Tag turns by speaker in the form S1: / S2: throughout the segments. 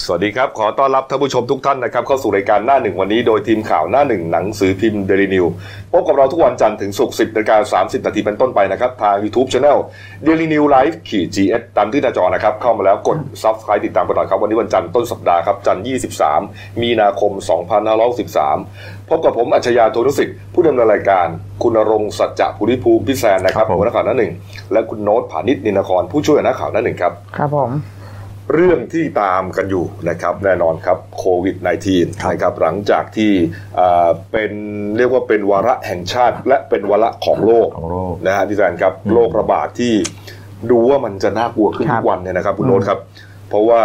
S1: สวัสดีครับ ขอต้อนรับท่านผู้ชมทุกท่านนะครับเข้าสู่รายการหน้าหนึ่งวันนี้โดยทีมข่าวหน้าหนึ่งหนังสือพิมพ์เดลินิวพบกับเราทุกวันจันทร์ถึงศุกร์สิบนาฬิกาสามสิบนาทีเป็นต้นไปนะครับ ทาง YouTube Channel เดลินิวไลฟ์ขีดจีเอสตามที่หน้าจอนะครับ เข้ามาแล้วกดซับสไครต์ติดตามกันหน่อยครับ วันนี้วันจันทร์ต้นสัปดาห์ครับ จันทร์ยี่สิบสามมีนาคมสองพันห้าร้อยสิบสามพบกับผมอัจฉริยะโทนุสิทธิ์ผู้ดำเนินรายการ คุณณรงค์สัจจะภูริภูมิพิแซนนะครับ
S2: ครับผม
S1: หัวหน้าข่าวหน้าหนึ่งและคุณโน้ตผานิชนินครผู้ช่วยหัวหน้าข่าวหน้าหนึ่งครับ
S3: ครับผม
S1: เรื่องที่ตามกันอยู่นะครับแน่นอนครับโควิด -19 นะครับหลังจากที่อ่าเป็นเรียกว่าเป็นวาระแห่งชาติ และเป็นวาระของโลก
S2: ของโลก
S1: นะฮะที่แานครับโรคระบาดที่ดูว่ามันจะน่ากลัวขึ้น
S3: ครับ
S1: ทุกวันเนี่ยนะครับคุณ
S3: อืม
S1: โน้ตครับ เพราะว่า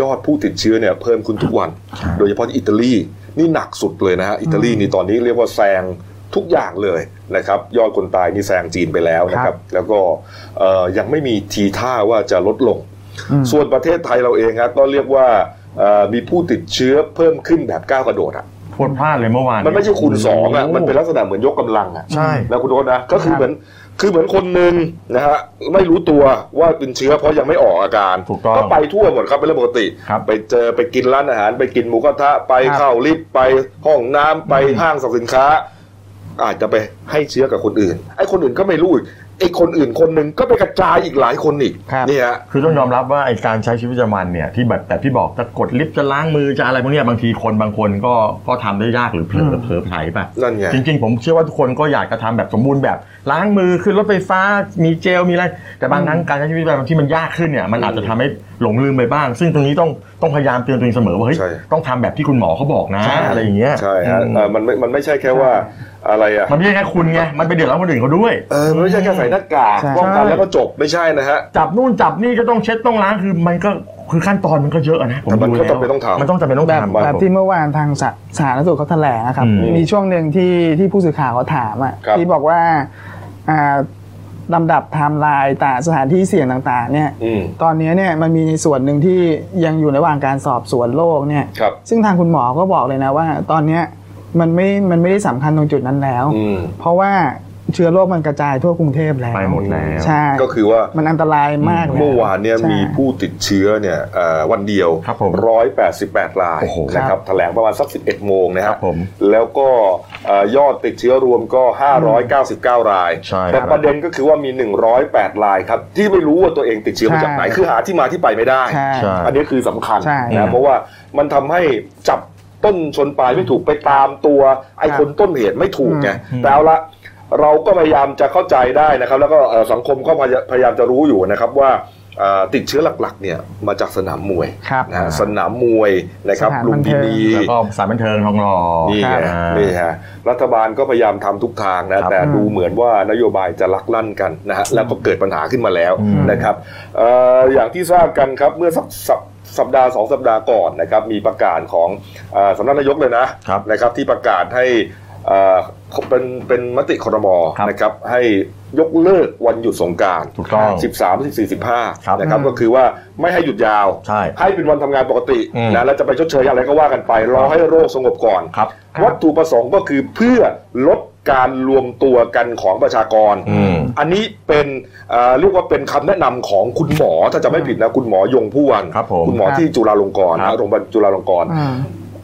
S1: ยอดผู้ติดเชื้อเนี่ยเพิ่มขึ้นทุกวัน โดยเฉพาะที่อิตาลีนี่หนักสุดเลยนะฮะอิตาลีนี่ตอนนี้เรียกว่าแซงทุกอย่างเลยนะครับยอดคนตายนี่แซงจีนไปแล้วนะค
S3: ครั
S1: รับบ แล้วก็เอ่อยังไม่มีทีท่าว่าจะลดลง
S3: อืม
S1: ส่วนประเทศไทยเราเองครับก็เรียกว่าเอ่อมีผู้ติดเชื้อเพิ่มขึ้นแบบก้าวกระโดดอ่ะ
S2: พูดพลาดเลยเมื่อวาน
S1: มันไม่ใช่คูณสองอ่ะ
S2: โโห
S1: มันเป็นลักษณะเหมือนยกกำลังอ่ะ
S2: ใช่
S1: นะคุณโดนะก็คือเหมือนคือเหมือนคนหนึ่งนะฮะไม่รู้ตัวว่าเป็นเชื้อเพราะยังไม่ออกอาการ
S2: ถูกต้อง
S1: ก็ไปทั่วหมดครับเป็นเรื่องปกติ
S2: ครับ
S1: ไปเจอไปกินร้านอาหาร ไปกินหมูกระทะไป
S3: ครับ
S1: เข้าลิฟต์ไปห้องน้ำไปห้างสรรพสินค้า อาจจะไปให้เชื้อกับคนอื่นไอ้คนอื่นก็ไม่รู้อีกไอ้คนอื่นคนหนึ่งก็ไปกระจายอีกหลายคนอีก
S3: ครับ
S1: เนี่ยฮะ
S2: คือต้องยอมรับว่าไอการใช้ชีวิตประจำวันเนี่ยที่แบบแต่ที่บอกจะกดลิฟต์จะล้างมือจะอะไรพวกเนี้ยบางทีคนบางคนก็ก็ทำได้ยากหรือเผลอเผลอไผลไป
S1: นั่นไง
S2: จริงๆ ผมเชื่อว่าทุกคนก็อยากจะทำแบบสมบูรณ์แบบล้างมือขึ้นรถไฟฟ้ามีเจลมีอะไร แต่บางครั้งการใช้ชีวิตประจำวันที่มันยากขึ้นเนี่ยมันอาจจะทำให้หลงลืมไปบ้าง ซึ่งตรงนี้ต้องต้องพยายามเตือนตัวเองเสมอว่าเฮ้ย
S1: ใช่
S2: ต้องทำแบบที่คุณหมอเขาบอกนะอะไรอย่างเงี้ย
S1: ใช่ฮะ
S2: อืม
S1: เอ่อมันไม่มันไม่ใช่แค่ว่าอะไรอ่ะ
S2: มันไม่ใช่แค่คุณไงมันไปเดือดร้อนคนอื่นเขาด้วย
S1: เออมันไม่ใช่แค่ใส่หน้ากาก
S3: ใช่
S1: ป้องกันแล้วก็จบไม่ใช่นะฮะ
S2: จับนู่นจับนี่ก็ต้องเช็ดต้องล้างคือมันก็คือขั้นตอนมันก็เยอะอะนะผม
S1: แต่มัน
S2: ดู
S1: ก็
S2: แล้ว
S1: จำเป็นต้องทำ
S2: มันต้องจำเป็นต้อง
S3: แบบ
S2: ทำ
S3: แบบที่เมื่อวานทางสาสาธารณสุขเขาแถลงนะครับ
S2: อืม
S3: มีช่วงหนึ่งที่ที่ผู้สื่อข่าวเขาถามอ่ะ
S1: ครับ
S3: ที่บอกว่าอ่าลำดับไทม์ไลน์แต่างสถานที่เสี่ยงต่างๆ เนี่ย
S1: อืม
S3: ตอนนี้เนี่ยมันมีในส่วนหนึ่งที่ยังอยู่ระหว่างการสอบสวนโรคเนี่ย
S1: ครับ
S3: ซึ่งทางคุณหมอก็บอกเลยนะว่า ตอนเนี้ยมันไม่มันไม่ได้สำคัญตรงจุดนั้นแล้ว
S1: อืม
S3: เพราะว่าเชื้อโรคมันกระจายทั่วกรุงเทพแล้ว
S2: ไปหมดแล้ว
S3: ใช่
S1: ก็คือว่า
S3: มันอันตรายมากลย
S1: เมื่อวานเนี่ย
S3: ใช่
S1: มีผู้ติดเชื้อเนี่ยเอ่อวันเดียว
S2: ครับผม
S1: ร้อยแปดสิบแปดราย
S2: โอ้โห
S1: นะครับแถลงประมาณสักสิบเอ็ดโมงนะ
S2: ค
S1: ฮะ
S2: รับผม
S1: แล้วก็เอ่อยอดติดเชื้อรวมก็ห้าร้อยเก้าสิบเก้าราย
S2: ใช่
S1: แต่
S2: ครับ
S1: ประเด็นก็คือว่ามีหนึ่งร้อยแปดรายครับ ที่ไม่รู้ว่าตัวเองติดเชื้อมาจากไหน
S3: ใช่
S1: คือหาที่มาที่ไปไม่ได้
S3: ใช่
S2: ใช่
S1: อันนี้คือสำคัญ
S3: ใช่
S1: นะเพราะว่ามันทำให้จับต้นชนปลายไม่ถูกไปตามตัวไอ้
S3: ครับ
S1: คนต้นเหตุไม่ถูกไง
S2: อืม
S1: แต่เอาละเราก็พยายามจะเข้าใจได้นะครับ แล้วก็เอ่อสังคมก็พยายพยายามจะรู้อยู่นะครับว่าเอ่อติดเชื้อหลักๆเนี่ยมาจากสนามมวย
S3: ครับ
S1: นะฮะสนามมวยนะครับ
S3: สถาน
S1: ลุ
S3: บั
S1: ม
S3: น
S1: พิ
S3: เทิง
S1: นี
S2: แล้วก็สายบันเทิงทองหล่อ
S1: นี่ไง
S2: ครับ
S1: นี่ฮะรัฐบาลก็พยายามทำทุกทางนะครับ แต่ดูเหมือนว่านโยบายจะลักลั่นกันนะฮะแล้วก็เกิดปัญหาขึ้นมาแล้ว
S2: อืม
S1: นะครับเอ่ออย่างที่ทราบกันครับเมื่อสักสัปสัปดาห์สองสัปดาห์ก่อนนะครับมีประกาศของเออสำนักนายกเลยนะครับ นะครับที่ประกาศให้เอ่อเป็นเป็นมติครม
S2: ครับ
S1: นะครับให้ยกเลิกวันหยุดสงกราร
S2: ถูกต้อง
S1: 13 14
S2: ครับ
S1: 15นะครับ
S3: อืม
S1: ก็คือว่าไม่ให้หยุดยาว
S2: ใช่
S1: เป็นวันทำงานปกติ
S2: อืม
S1: นะแล้วจะไปชดเชยอะไรก็ว่ากันไปรอให้โรคสงบก่อน
S2: ครับ
S3: ครับ
S1: วัตถุประสงค์ก็คือเพื่อลดการรวมตัวกันของประชากร
S2: อืม
S1: อันนี้เป็นเอ่อเรียกว่าเป็นคำแนะนำของคุณหมอถ้าจะไม่ผิดนะคุณหมอยงผู้วัน
S2: ครับผม
S1: ณหมอที่จุฬาลงกรณ์
S2: ครั
S1: นะ
S2: บ
S1: โรงพยาบาลจุฬาลงกรณ์
S3: อืม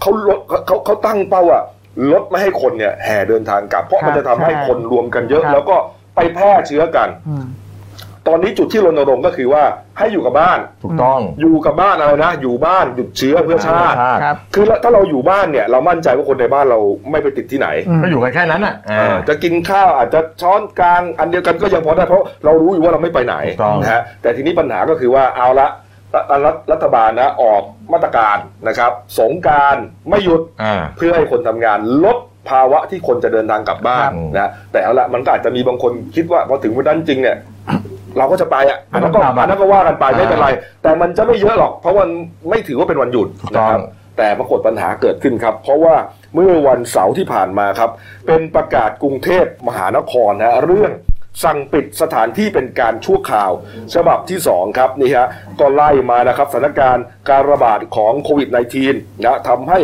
S1: เขาลดเขาเขาเขาตั้งเป้าอะลดไม่ให้คนเนี่ยแห่เดินทางกลับ เพราะ
S3: ครับ
S1: มันจะทำให้
S3: ใช่
S1: คนรวมกันเยอะ
S3: ครับ
S1: แล้วก็ไปแพร่เชื้อกัน
S3: อืม
S1: ตอนนี้จุดที่รณรงค์ก็คือว่าให้อยู่กับบ้าน
S2: ถูกต้อง
S1: อยู่กับบ้านอะไรนะ อยู่บ้านหยุดเชื้อเพื่อชาติ
S3: ครับ
S1: คือถ้าเราอยู่บ้านเนี่ยเรามั่นใจว่าคนในบ้านเราไม่ไปติดที่ไหน
S3: อืม
S2: ก็อยู่กันแค่นั้นอ่ะเอ
S1: เอ่
S2: อ
S1: อจะกินข้าวอาจจะช้อนกลางอันเดียวกันก็ยังพอได้เพราะเรารู้อยู่ว่าเราไม่ไปไหน
S2: ถูกต้อง
S1: นะฮะแต่ทีนี้ปัญหาก็คือว่าเอาละรัฐรัฐบาลนะออกมาตรการนะครับ สงกรารไม่หยุด
S2: อ่า
S1: เพื่อให้คนทำงานลดภาวะที่คนจะเดินทางกลับบ้าน
S2: ครับ
S1: นะแต่เอาละมันก็อาจจะมีบางคนคิดว่าพอถึงวันนั้นจริงเนี่ย เราก็จะไปอ่ะอันนั้นก็
S2: ครับ
S1: อันนั้นก็ว่ากันไปไม่เป็นไร แต่มันจะไม่เยอะหรอก เพราะมันไม่ถือว่าเป็นวันหยุด
S2: ถูกต้
S1: นะ
S2: อง
S1: ครับ แต่ปรากฏปัญหาเกิดขึ้นครับ เพราะว่าเมื่อวันเสาร์ที่ผ่านมาครับ เป็นประกาศกรุงเทพมหานครนะเรื่องสั่งปิดสถานที่เป็นการชั่วคราว ฉบับที่ 2 ครับนี่ฮะก็ไล่มานะครับสถานการณ์การระบาดของโควิด -19 นะทำให้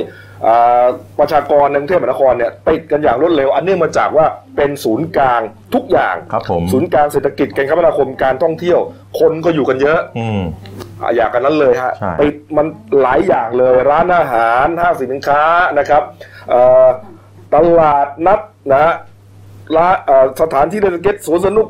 S1: อ่าประชากรในกรุงเทพมหานครเนี่ยติดกันอย่างรวดเร็ว อันเนื่องมาจากว่าเป็นศูนย์กลางทุกอย่าง
S2: ครับผม
S1: ศูนย์กลางเศรษฐกิจการคมนาคมการท่องเที่ยว คนก็อยู่กันเยอะ
S2: อืม
S1: อ่ะอยากกันนั้นเลยฮะ
S2: ใช่
S1: ปิดมันหลายอย่างเลยร้านอาหารห้างสินค้านะครับเอ่อตลาดนัดนะฮะร้านเอ่อสถานที่เล่นเกมสวนสนุก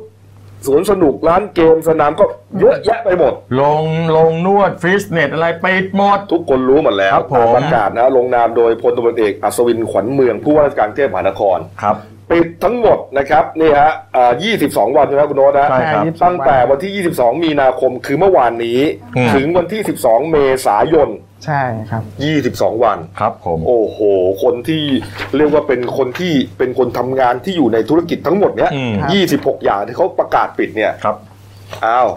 S1: สวนสนุกร้านเกมสนามก็เยอะแยะไปหมด
S2: ลงลงนวดฟิตเนสอะไรไปหมด
S1: ทุกคนรู้หมดแล้ว
S2: ครับผม
S1: ตามประกาศนะฮะลงนามโดยพลตำรวจเอกอัศวินขวัญเมืองผู้ว่าราชการกรุงเทพมหานคร
S2: ครับ
S1: ปิดทั้งหมดนะครับนี่ฮะอ่า22 วันใช่ไหมคุณโน้ตนะ
S2: ใช่ครับ
S3: ยี่สิสอ
S1: ตั้งแต่วันที่ 22 มีนาคมคือเมื่อวานนี้
S2: อืม
S1: ถึงวันที่ 12 เมษายน
S3: ใช่ครับ
S1: 22 วัน
S2: ครับผม
S1: โอ้โห คนที่เรียกว่าเป็นคนที่เป็นคนทำงานที่อยู่ในธุรกิจทั้งหมดเนี้ย
S2: อืม
S1: 26 อย่างที่เขาประกาศปิดเนี่ย
S2: ครับ
S1: อ้าว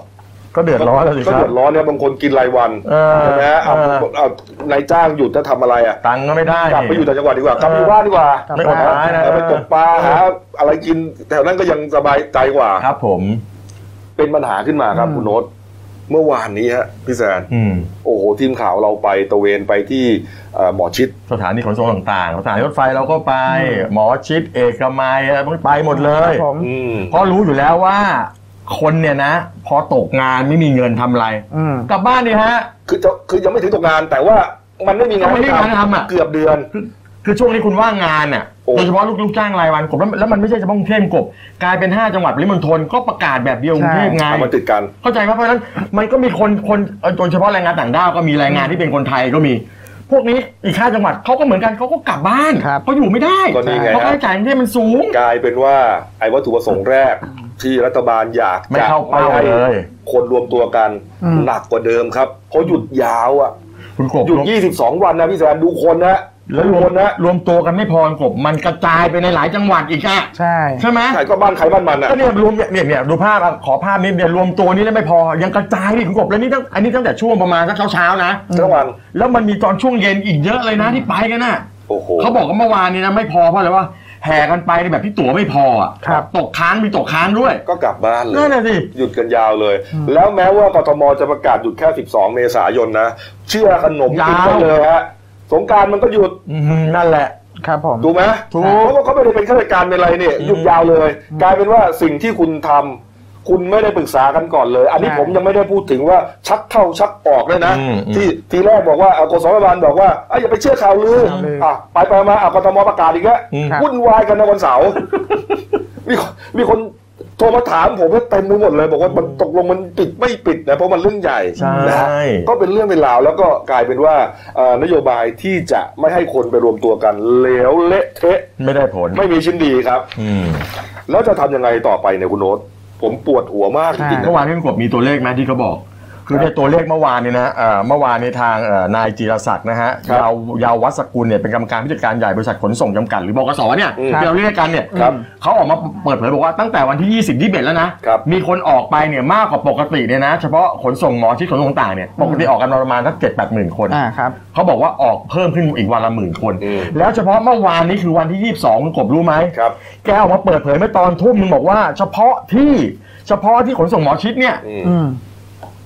S2: ก็เดือดร้อนแล้วสิค
S1: ก็
S2: รับ
S1: เดือดร้อนเนี่ยบางคนกินรายวัน
S2: เออ
S1: ใช่ไหมฮะเอา
S2: เออ
S1: เอานายจ้างหยุดจะทำอะไรอ่ะ
S2: ตังค์ก็ไม่ได้
S1: กลับไปอยู่ต่างจังหวัดดีกว่ากลับไปอยู่บ้านดีกว่า
S3: เออ
S2: ไม่อดร้ายนะ
S1: เออไปตกปลาหาอะไรกินแถวนั้นก็ยังสบายใจกว่า
S2: ครับผม
S1: เป็นปัญหาขึ้นมาครับ
S3: อืม
S1: คุณโน้ตเมื่อวานนี้ฮะพี่แซน
S2: อืม
S1: โอ้โหทีมข่าวเราไปตระเวนไปที่เอ่อหมอชิด
S2: สถานีขนส่งต่างๆ สถานีรถไฟเราก็ไป หมอชิดเอกมัยอะไรพวกนี้ไปหมดเลย
S3: ครับผม
S1: อืม
S2: เพราะรู้อยู่แล้วว่า คนเนี่ยนะ พอตกงานไม่มีเงินทำอะไร
S3: อืม
S2: กลับบ้านดิฮะ
S1: คือจะคือยังไม่ถึงตกงานแต่ว่ามันไม่มีงาน
S2: ไม่มีงาน
S1: ให้
S2: ทำอะ
S1: เกือบเดือน
S2: คือช่วงนี้คุณว่างงานอ่ะ
S1: โอ้
S2: โดยเฉพาะลูกลูกจ้างรายวันกบแล้วแล้วมันไม่ใช่เฉพาะกรุงเทพกบกลายเป็น 5 จังหวัดปริมณฑลก็ประกาศแบบเดียวกรุงเทพไง
S1: เอามันติดกัน
S2: เข้าใจไหมเพราะฉะนั้นมันก็มีคนคนเอ่อโดยเฉพาะแรงงานต่างด้าวก็มีแรงงานที่เป็นคนไทยก็มี พวกนี้อีกค่าจังหวัดเขาก็เหมือนกันเขาก็กลับบ้าน
S3: ครับ
S2: เขาอยู่ไม่ได้
S1: ก็นี่ไง
S2: เพราะค่าใช้จ่ายกรุงเทพมันสูง
S1: กลายเป็นว่าไอ้วัตถุประสงค์แรกที่รัฐบาลอยากจะ
S2: ไม่เข้าเป้า
S1: ไม่ให้
S2: เลย
S1: คนรวมตัวกัน
S3: อืม
S1: หนักกว่าเดิมครับเพราะหยุดยาวอ่ะ
S2: คุณกบ
S1: หยุด 22 วันนะพี่แซนดูคนนะ
S2: แล้วร
S1: ดู
S2: ว
S1: ค
S2: ม
S1: นนะ
S2: รวมตัวกันไม่พอกบมันกระจายไปในหลายจังหวัดอีกอะ
S3: ใช่
S2: ใช่ไหม
S1: ใครก็บ้านใครบ้านมันอ่ะ
S2: ก็เนี่ยรวมเนี่ยเนี่ยเนี่ยดูภาพอะขอภาพนิดเดียวรวมตัวนี่แล้วไม่พอยังกระจายดิคุณกบแล้วนี่ตั้งอันนี้ตั้งแต่ช่วงประมาณสักเช้าๆนะ
S1: ทั้งวัน
S2: แล้วมันมีตอนช่วงเย็นอีกเยอะเลยนะที่ไปกันน่ะ
S1: โอ้โห
S2: เขาบอกว่าเมื่อวานนี้นะไม่พอเพราะอะไรว่าแห่กันไปในแบบที่ตั๋วไม่พออ่ะ
S3: ครับ
S2: ตกค้างมีตกค้างด้วย
S1: ก็กลับบ้านเลย
S2: นั่นน่ะสิ
S1: หยุดกันยาวเลย แล้วแม้ว่ากทมจะประกาศหยุดแค่ 12 เมษายนนะ เชื่อขนมกิน
S2: ยาว
S1: กันเลยฮะ สงกรารมันก็หยุด
S2: อืมนั่นแหละ
S3: ครับผม
S1: ถูกไหม
S2: ถูก
S1: เพราะว่าเขาไม่ได้เป็นข้าราชการเป็นอะไรเนี่ยหยุดยาวเลย กลายเป็นว่าสิ่งที่คุณทำคุณไม่ได้ปรึกษากันก่อนเลย อันนี้
S3: ใช่
S1: ผมยังไม่ได้พูดถึงว่าชักเข้าชักออกเลยนะ
S2: อืมอืม
S1: ที่ทีแรกบอกว่าเอากสมบาลบอกว่าเอ้ยอย่าไปเชื่อข่าวลืออ่ะไปไปมาเอากทมประกาศอีกแล้ววุ่นวายกันในวันเสาร์ มีคนมีคนโทรมาถามผมว่าเต็มไปหมดเลยบอกว่ามันตกลงมันปิดไม่ปิดนะเพราะมันเรื่องใหญ่
S2: ใช่
S1: นะฮะก็เป็นเรื่องเป็นราวแล้วก็กลายเป็นว่าเอ่อนโยบายที่จะไม่ให้คนไปรวมตัวกันเหลวเละเทะ
S2: ไม่ได้ผล
S1: ไม่มีชิ้นดีครับ
S2: อืม
S1: แล้วจะทำยังไงต่อไปเนี่ยคุณโน้ตผมปวดหัวมากจริงๆ
S2: เมื่อ
S1: นะ
S2: วานที่คุณกบมีตัวเลขไหมที่เขาบอก คือในตัวเลขเมื่อวานนี้นะเอ่อเมื่อวานในทางเอ่อนายจิรศักดิ์นะฮะ
S1: ครับ
S2: ยาวยาววัฒน์สกุลเนี่ยเป็นกรรมการผู้จัดการใหญ่บริษัทขนส่งจำกัดหรือบกสเนี่ย
S1: อืม
S2: ที่เราเรียกกันเนี่ย
S1: ครับ
S2: เขาออกมาเปิดเผยบอกว่าตั้งแต่วันที่ 20 21 แล้วนะครับ มีคนออกไปเนี่ยมากกว่าปกติเนี่ยนะเฉพาะขนส่งหมอที่ขนส่งต่างๆเนี่ยปกติออกกันประมาณสักเจ็ดแปดหมื่นคน
S3: อ่าครับ
S2: เขาบอกว่าออกเพิ่มขึ้นอีกวันละหมื่นคน
S1: อืม
S2: แล้วเฉพาะเมื่อวานนี้คือวันที่ 22คุณกบรู้ไหม
S1: ครับ
S2: แกออกมาเปิดเผยเมื่อตอนทุ่มนึงบอกว่า เฉพาะที่เฉพาะที่ขนส่งหมอชิดเนี่ย
S1: อืม
S3: อืม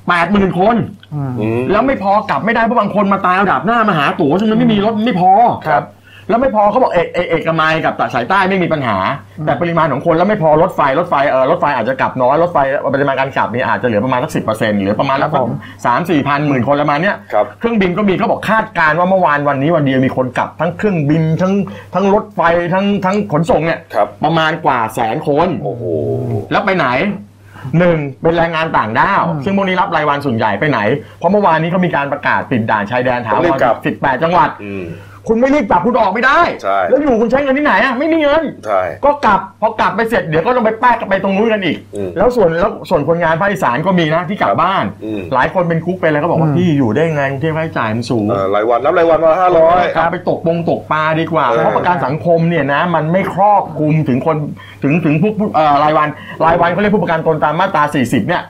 S2: แปดหมื่นคน
S3: อืม
S1: อืม
S2: แล้วไม่พอกลับไม่ได้เพราะบางคนมาตายเอาดาบหน้ามาหาตั๋วฉะนั้นไม่มีรถไม่พอ
S1: ครับ
S2: แล้วไม่พอเขาบอกเอกเอกเอกมัยกับสายใต้ไม่มีปัญหา แต่ปริมาณของคนแล้วไม่พอรถไฟรถไฟเออรถไฟอาจจะกลับน้อยรถไฟปริมาณการกลับเนี่ยอาจจะเหลือประมาณสักสิบเปอร์เซ็นต์หรือประมาณ
S3: ครับผม
S2: สามสี่พันหมื่นคนประมาณเนี้ย
S1: ครับ
S2: เครื่องบินก็มีเขาบอกคาดการณ์ว่าเมื่อวานวันนี้วันเดียวมีคนกลับทั้งเครื่องบินทั้งทั้งรถไฟทั้งทั้งขนส่งเนี่ย
S1: ครับ
S2: ประมาณกว่าแสนคน
S1: โอ้โห
S2: แล้วไปไหนหนึ่งเป็นแรงงานต่างด้าว ซึ่งพวกนี้รับรายวันส่วนใหญ่ไปไหน เพราะเมื่อวานนี้เขามีการประกาศปิดด่านชายแดนถา
S1: ต้
S2: ว
S1: องรีบ
S2: ร
S1: กลับ
S2: สิบแปดจังหวัด
S1: อืม
S2: คุณไม่รีบกลับคุณออกไม่ได้
S1: ใช่
S2: แล้วอยู่คุณใช้เงินที่ไหนอ่ะไม่มีเงิน
S1: ใช่
S2: ก็กลับพอกลับไปเสร็จเดี๋ยวก็ต้องไปแปะกลับไปตรงนู้นกันอีก
S1: อืม
S2: แล้วส่วนแล้วส่วนคนงานภาคอีสานก็มีนะที่กลับบ้าน
S1: อืม
S2: หลายคนเป็นคุกไปแล้วก็บอกว่าพี่อยู่ได้ไงกรุงเทพค่าใช้จ่ายมันสูง
S1: เอ่อรายวันนับรายวันมาห้าร้อย
S2: การไปตกปงตกปลาดีกว่า
S1: เออ
S2: เพราะประกันสังคมเนี่ยนะมันไม่ครอบคลุมถึงคนถึงถึงผู้ผู้เอ่อรายวันรายวันเขาเรียกผู้ประกันตนตามมาตรา 40 เนี่ย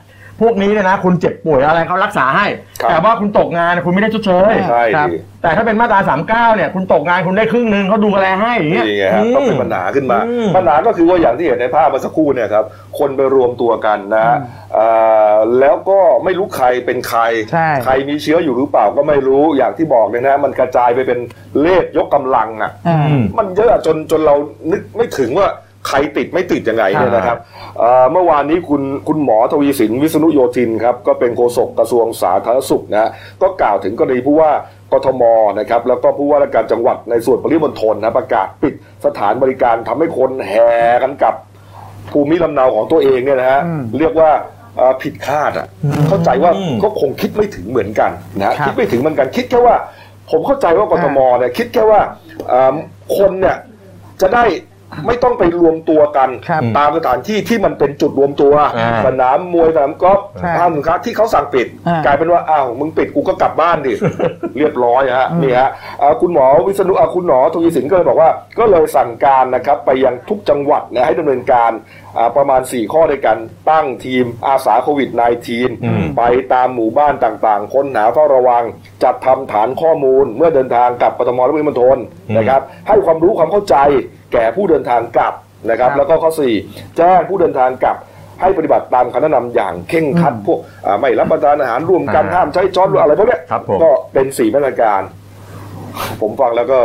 S2: พวกนี้เนี่ยนะคุณเจ็บป่วยอะไรเขารักษาให้
S1: ครับ
S2: แต่ว่าคุณตกงานคุณไม่ได้ชดเชย
S1: ใช่
S3: ครับ
S1: ดี
S2: แต่ถ้าเป็นมาตรา39 เนี่ยคุณตกงานคุณได้ครึ่งหนึ่งเขาดูแลให้อย่างเงี้ย
S1: นี่ไงฮะต้องเป็นปัญหาขึ้นมา
S2: อืม
S1: ปัญหาก็คือว่าอย่างที่เห็นในภาพเมื่อสักครู่เนี่ยครับคนไปรวมตัวกันนะฮะเอ่อแล้วก็ไม่รู้ใครเป็นใคร
S3: ใช่
S1: ใครมีเชื้ออยู่หรือเปล่าก็ไม่รู้อย่างที่บอกเลยนะฮะมันกระจายไปเป็นเลขยกกำลังอ่ะ
S3: อ่า
S2: อืม
S1: มันเยอะจนจนเรานึกไม่ถึงว่าใครติดไม่ติดยังไงเนี่ยนะครับเอ่อเมื่อวานนี้คุณคุณหมอทวีสินวิษณุโยธินครับก็เป็นโฆษกกระทรวงสาธารณสุขนะฮะก็กล่าวถึงกรณีผู้ว่ากทมนะครับแล้วก็ผู้ว่าราชการจังหวัดในส่วนปริมณฑลนะประกาศปิดสถานบริการทำให้คนแห่กันกลับ ภูมิลำเนาของตัวเองเนี่ยนะฮะ
S3: อืม
S1: เรียกว่าเอ่อผิดคาดอ่ะเข้าใจว่าก็คงคิดไม่ถึงเหมือนกันนะฮะ
S3: ครับ
S1: คิดไม่ถึงเหมือนกันคิดแค่ว่า ผมเข้าใจว่ากทมเนี่ยคิดแค่ว่าเอิ่มคนเนี่ยจะได้ไม่ต้องไปรวมตัวกัน
S3: ครับ
S1: ตามสถานที่ที่มันเป็นจุดรวมตัว
S2: อ่า
S1: สนามมวยสนามกอล์ฟ
S3: ใช่
S1: ห้างสินค้าที่เขาสั่งปิด
S3: อ่าก
S1: ลายเป็นว่าอ้าวมึงปิดกูก็กลับบ้านดิ เรียบร้อยฮะนี่ฮะเอ่อคุณหมอวิษณุอ่ะคุณหมอทวีสินก็เลยบอกว่า ก็เลยสั่งการนะครับไปยังทุกจังหวัดนะให้ดำเนินการอ่าประมาณ 4 ข้อในการตั้งทีมอาสาโควิด -19 ไปตามหมู่บ้านต่างๆ ค้นหาเฝ้าระวัง จัดทำฐานข้อมูลเมื่อเดินทางกลับปตมและปริมณฑลนะครับให้ความรู้ความเข้าใจแก่ผู้เดินทางกลับนะครับ
S3: ครับ
S1: แล้วก็ข้อสี่แจ้งผู้เดินทางกลับ ให้ปฏิบัติตามคำแนะนำอย่างเคร่งครัดพวกอ่าไม่รับประทานอาหารร่วมกัน
S2: อ่า
S1: ห้ามใช้ช้อนอะไรพวกเนี้ย
S2: ครับผม
S1: ก็เป็นสี่มาตรการ ผมฟังแล้วก็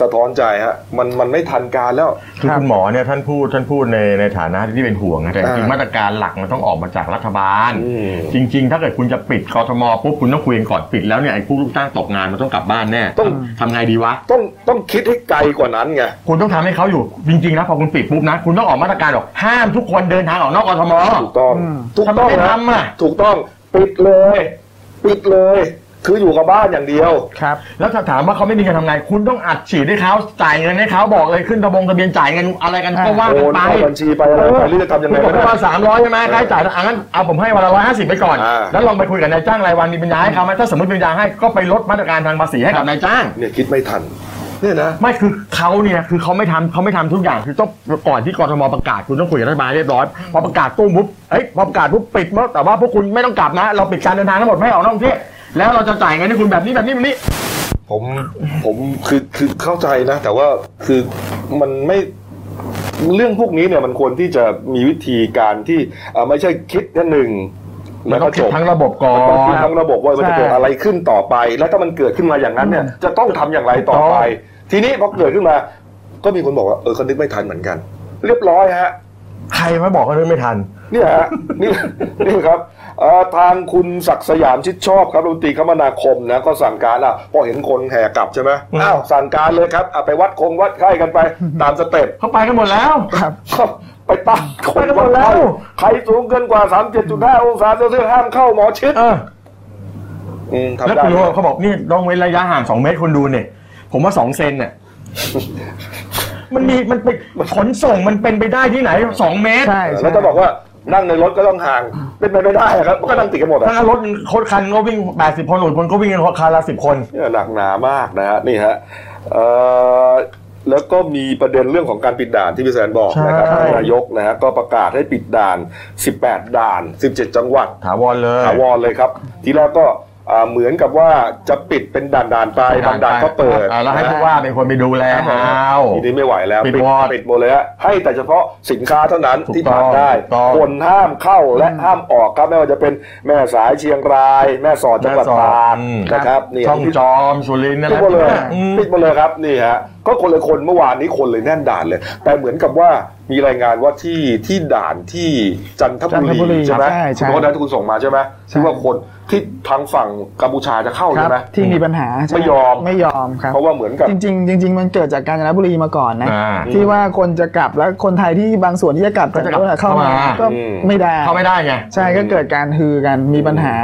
S1: สะท้อนใจฮะ มันมันไม่ทันการแล้ว
S2: คือ
S3: ครับ
S2: คุณหมอเนี่ยท่านพูดท่านพูดในในฐานะที่เป็นห่วงนะแต่จริง
S1: อ่า
S2: ๆมาตรการหลักมันต้องออกมาจากรัฐบาล
S1: อืม
S2: จริง ๆ ถ้าเกิดคุณจะปิดกทมปุ๊บคุณต้องคุยกันก่อนปิดแล้วเนี่ยไอ้ผู้ลูกจ้างตกงานมันต้องกลับบ้านแน่
S1: ต้อง
S2: ทำไงดีวะ
S1: ต้องต้องคิดให้ไกลกว่านั้นไง
S2: คุณต้องทำให้เขาอยู่จริงๆนะพอคุณปิดปุ๊บนะ คุณต้องออกมาตรการบอกห้ามทุกคนเดินทางออกนอกกทม
S1: ถูกต้อง
S3: อืม
S1: ถูกต้อง
S2: ทำไมไม่
S1: นะ
S2: ทำอ่ะ
S1: ถูกต้องปิดเลย ปิดเลย คืออยู่กับบ้านอย่างเดียว
S3: ครับ
S2: แล้วถ้าถามว่าเขาไม่มีเงินทำไง คุณต้องอัดฉีดให้เขาจ่ายเงินให้เขาบอกเลยขึ้นทะบงทะเบียนจ่ายเงินอะไรกันก็ว่า
S1: โอ
S2: กัน
S1: น
S2: ไป
S1: เข้าบัญชีไปอะไรไปเรื่อยๆทำยังไง
S2: คุณบอ
S1: ก็
S2: ก
S1: ได้
S2: ว่าสามร้อยใช่ไหมค่าใช้จ่ายอ่ะงั้นเอาผมให้วันละร้อยห้าสิบไปก่อน
S1: อ่า
S2: แล้วลองไปคุยกับนายจ้างรายวันมีปัญญาให้เขาไหมถ้าสมมติมีปัญญาให้ก็ไปลดมาตรการทางภาษีให้กับนายจ้าง
S1: เนี่ยคิดไม่ทัน เนี่ยนะ
S2: ไม่คือเขาเนี่ยคือเขาไม่ทำเขาไม่ทำทุกอย่างคือต้องก่อนที่กรทมประกาศคุณต้องคุยกับรัฐบาลเรียบร้อยพอประกาศตู้มปุ๊บเอ้ยพอประกาศปุ๊บปิดหมดแต่ว่าพวกคุณไม่ต้องกลับนะ เราปิดการเดินทางทั้งหมดไม่ให้ออกนอกประเที่แล้วเราจะจ่ายเงินให้คุณแบบนี้แบบนี้แบบนี้
S1: ผมผมคือคือเข้าใจนะ แต่ว่าคือมันไม่เรื่องพวกนี้เนี่ยมันควรที่จะมีวิธีการที่เอ่อไม่ใช่คิดแค่หนึ่ง
S2: มันต้องคิดทั้งระบบก่อ
S1: ต้องคิด
S2: น
S1: ทั้งระบบว่ามันจะ
S3: ใช่
S1: เกิดอะไรขึ้นต่อไป และถ้ามันเกิดขึ้นมาอย่างนั้นเนี่ย จะต้องทำอย่างไรต่อไป ทีนี้พอเกิดขึ้นมา ก็มีคนบอกว่าเออคนนึกไม่ทันเหมือนกัน เรียบร้อยฮะ
S2: ใครมาบอกก็นึกไม่ทัน
S1: เนี่ยฮะ นี่นี่ครับเอ่อทางคุณศักดิ์สยามชิดชอบครับรัฐมนตรีคมนาคมนะก็สั่งการอ่ะพอเห็นคนแห่กลับใช่ไหมอ้าวสั่งการเลยครับอ่ะไปวัดคงวัดไข้กันไป ตามสเต็ป
S2: เขาไปกันหมดแล้ว
S3: ครับ
S1: ไปตั้งค
S2: ไป
S1: น
S2: กันหม
S1: วั
S2: ด
S1: ด
S2: แล้ว
S1: ไข้ใครสูงเกินกว่า 37.5 องศาเซลเซียสห้ามเข้าหมอชิด
S2: เออ
S1: อืม
S2: แล้ว
S1: ทำได้
S2: คุณรู้ว่าเขาบอกนี่ต้องเว้นระยะห่างสองเมตรคุณดูเนี่ยผมว่าสองเซนเนี่ย มันมีมันไปขนส่งมันเป็นไปได้ที่ไหนสองเมตร
S3: ใช่ใช่
S1: แล้วจะบอกว่านั่งในรถก็ต้องห่างเป็นไปไม่ได้อะครับมันก็นั่งติดกันหมดอะ
S2: ถ้ารถโคตรคันก็วิ่งแปดสิบคนหรือคนก็วิ่งกันคันละสิบคน
S1: เนี่ยหนักหนามากนะฮะนี่ฮะเอ่อแล้วก็มีประเด็นเรื่องของการปิดด่านที่พี่แสนบอก
S2: ใช่
S1: นะครับท่านนายกนะฮะก็ประกาศให้ปิดด่าน 18 ด่าน 17 จังหวัด
S2: ถาวรเลย
S1: ถาวรเลยครับ ทีแรกก็อ่าเหมือนกับว่าจะปิดเป็นด่านด่านๆไปบางด่านก็เปิด
S2: อ่าแล้วให้ผู้ว่าเป็นคนไปดูแล
S1: นะฮะ
S2: เอา
S1: ทีนี้ไม่ไหวแล้ว
S2: ปิดวอร์ด
S1: ปิดหมดเลยฮะให้แต่เฉพาะสินค้าเท่านั้น
S2: ถูก
S1: ที่ผ่าน
S2: ต้อง
S1: ได้
S2: ถูกต้อง
S1: คนห้ามเข้าและห้ามออกครับไม่ว่าจะเป็นแม่สายเชียงราย แม่สอดจังหวัดตากนะครับนี่
S2: ช่องจอมสุรินทร์นั่นแห
S1: ปิดหม
S2: ละ
S1: ดเลย
S2: อืม
S1: ปิดหมดเลยครับนี่ฮะก็คนละคนเมื่อวานนี้คนเลยแน่นด่านเลย แต่เหมือนกับว่ามีรายงานว่าที่ที่ด่านที่จันทบุ
S3: จันทบุรี
S1: รีใช่ไหม
S3: ใช่ใช่
S1: คุณพ่อได้ที่คุณส่งมาใช่ไหม
S3: ใช่
S1: ที่ว่าคนที่ทางฝั่งกัมพูชาจะเข้า
S3: ครั
S1: ใช่
S3: บ
S1: ไหม
S3: ที่มีปัญหาใช่ห
S1: ไม่ยอม
S3: ไม่ยอมครับ
S1: เพราะว่าเหมือนกับ
S3: จริงๆจริง ๆ มันเกิดจากกาญจนบุรีมาก่อนนะ
S2: อ่า
S3: ที่ว่าคนจะกลับแล้วคนไทยที่บางส่วนที่จะกลับ
S2: ก็จะกลับ
S3: จเข้ามา
S2: เข้ามา
S3: ก็
S1: อืม
S3: ไม่ได้
S2: เข้าไม่ได้ไง
S3: ใช่ก็เกิดการฮือกันมีปัญหา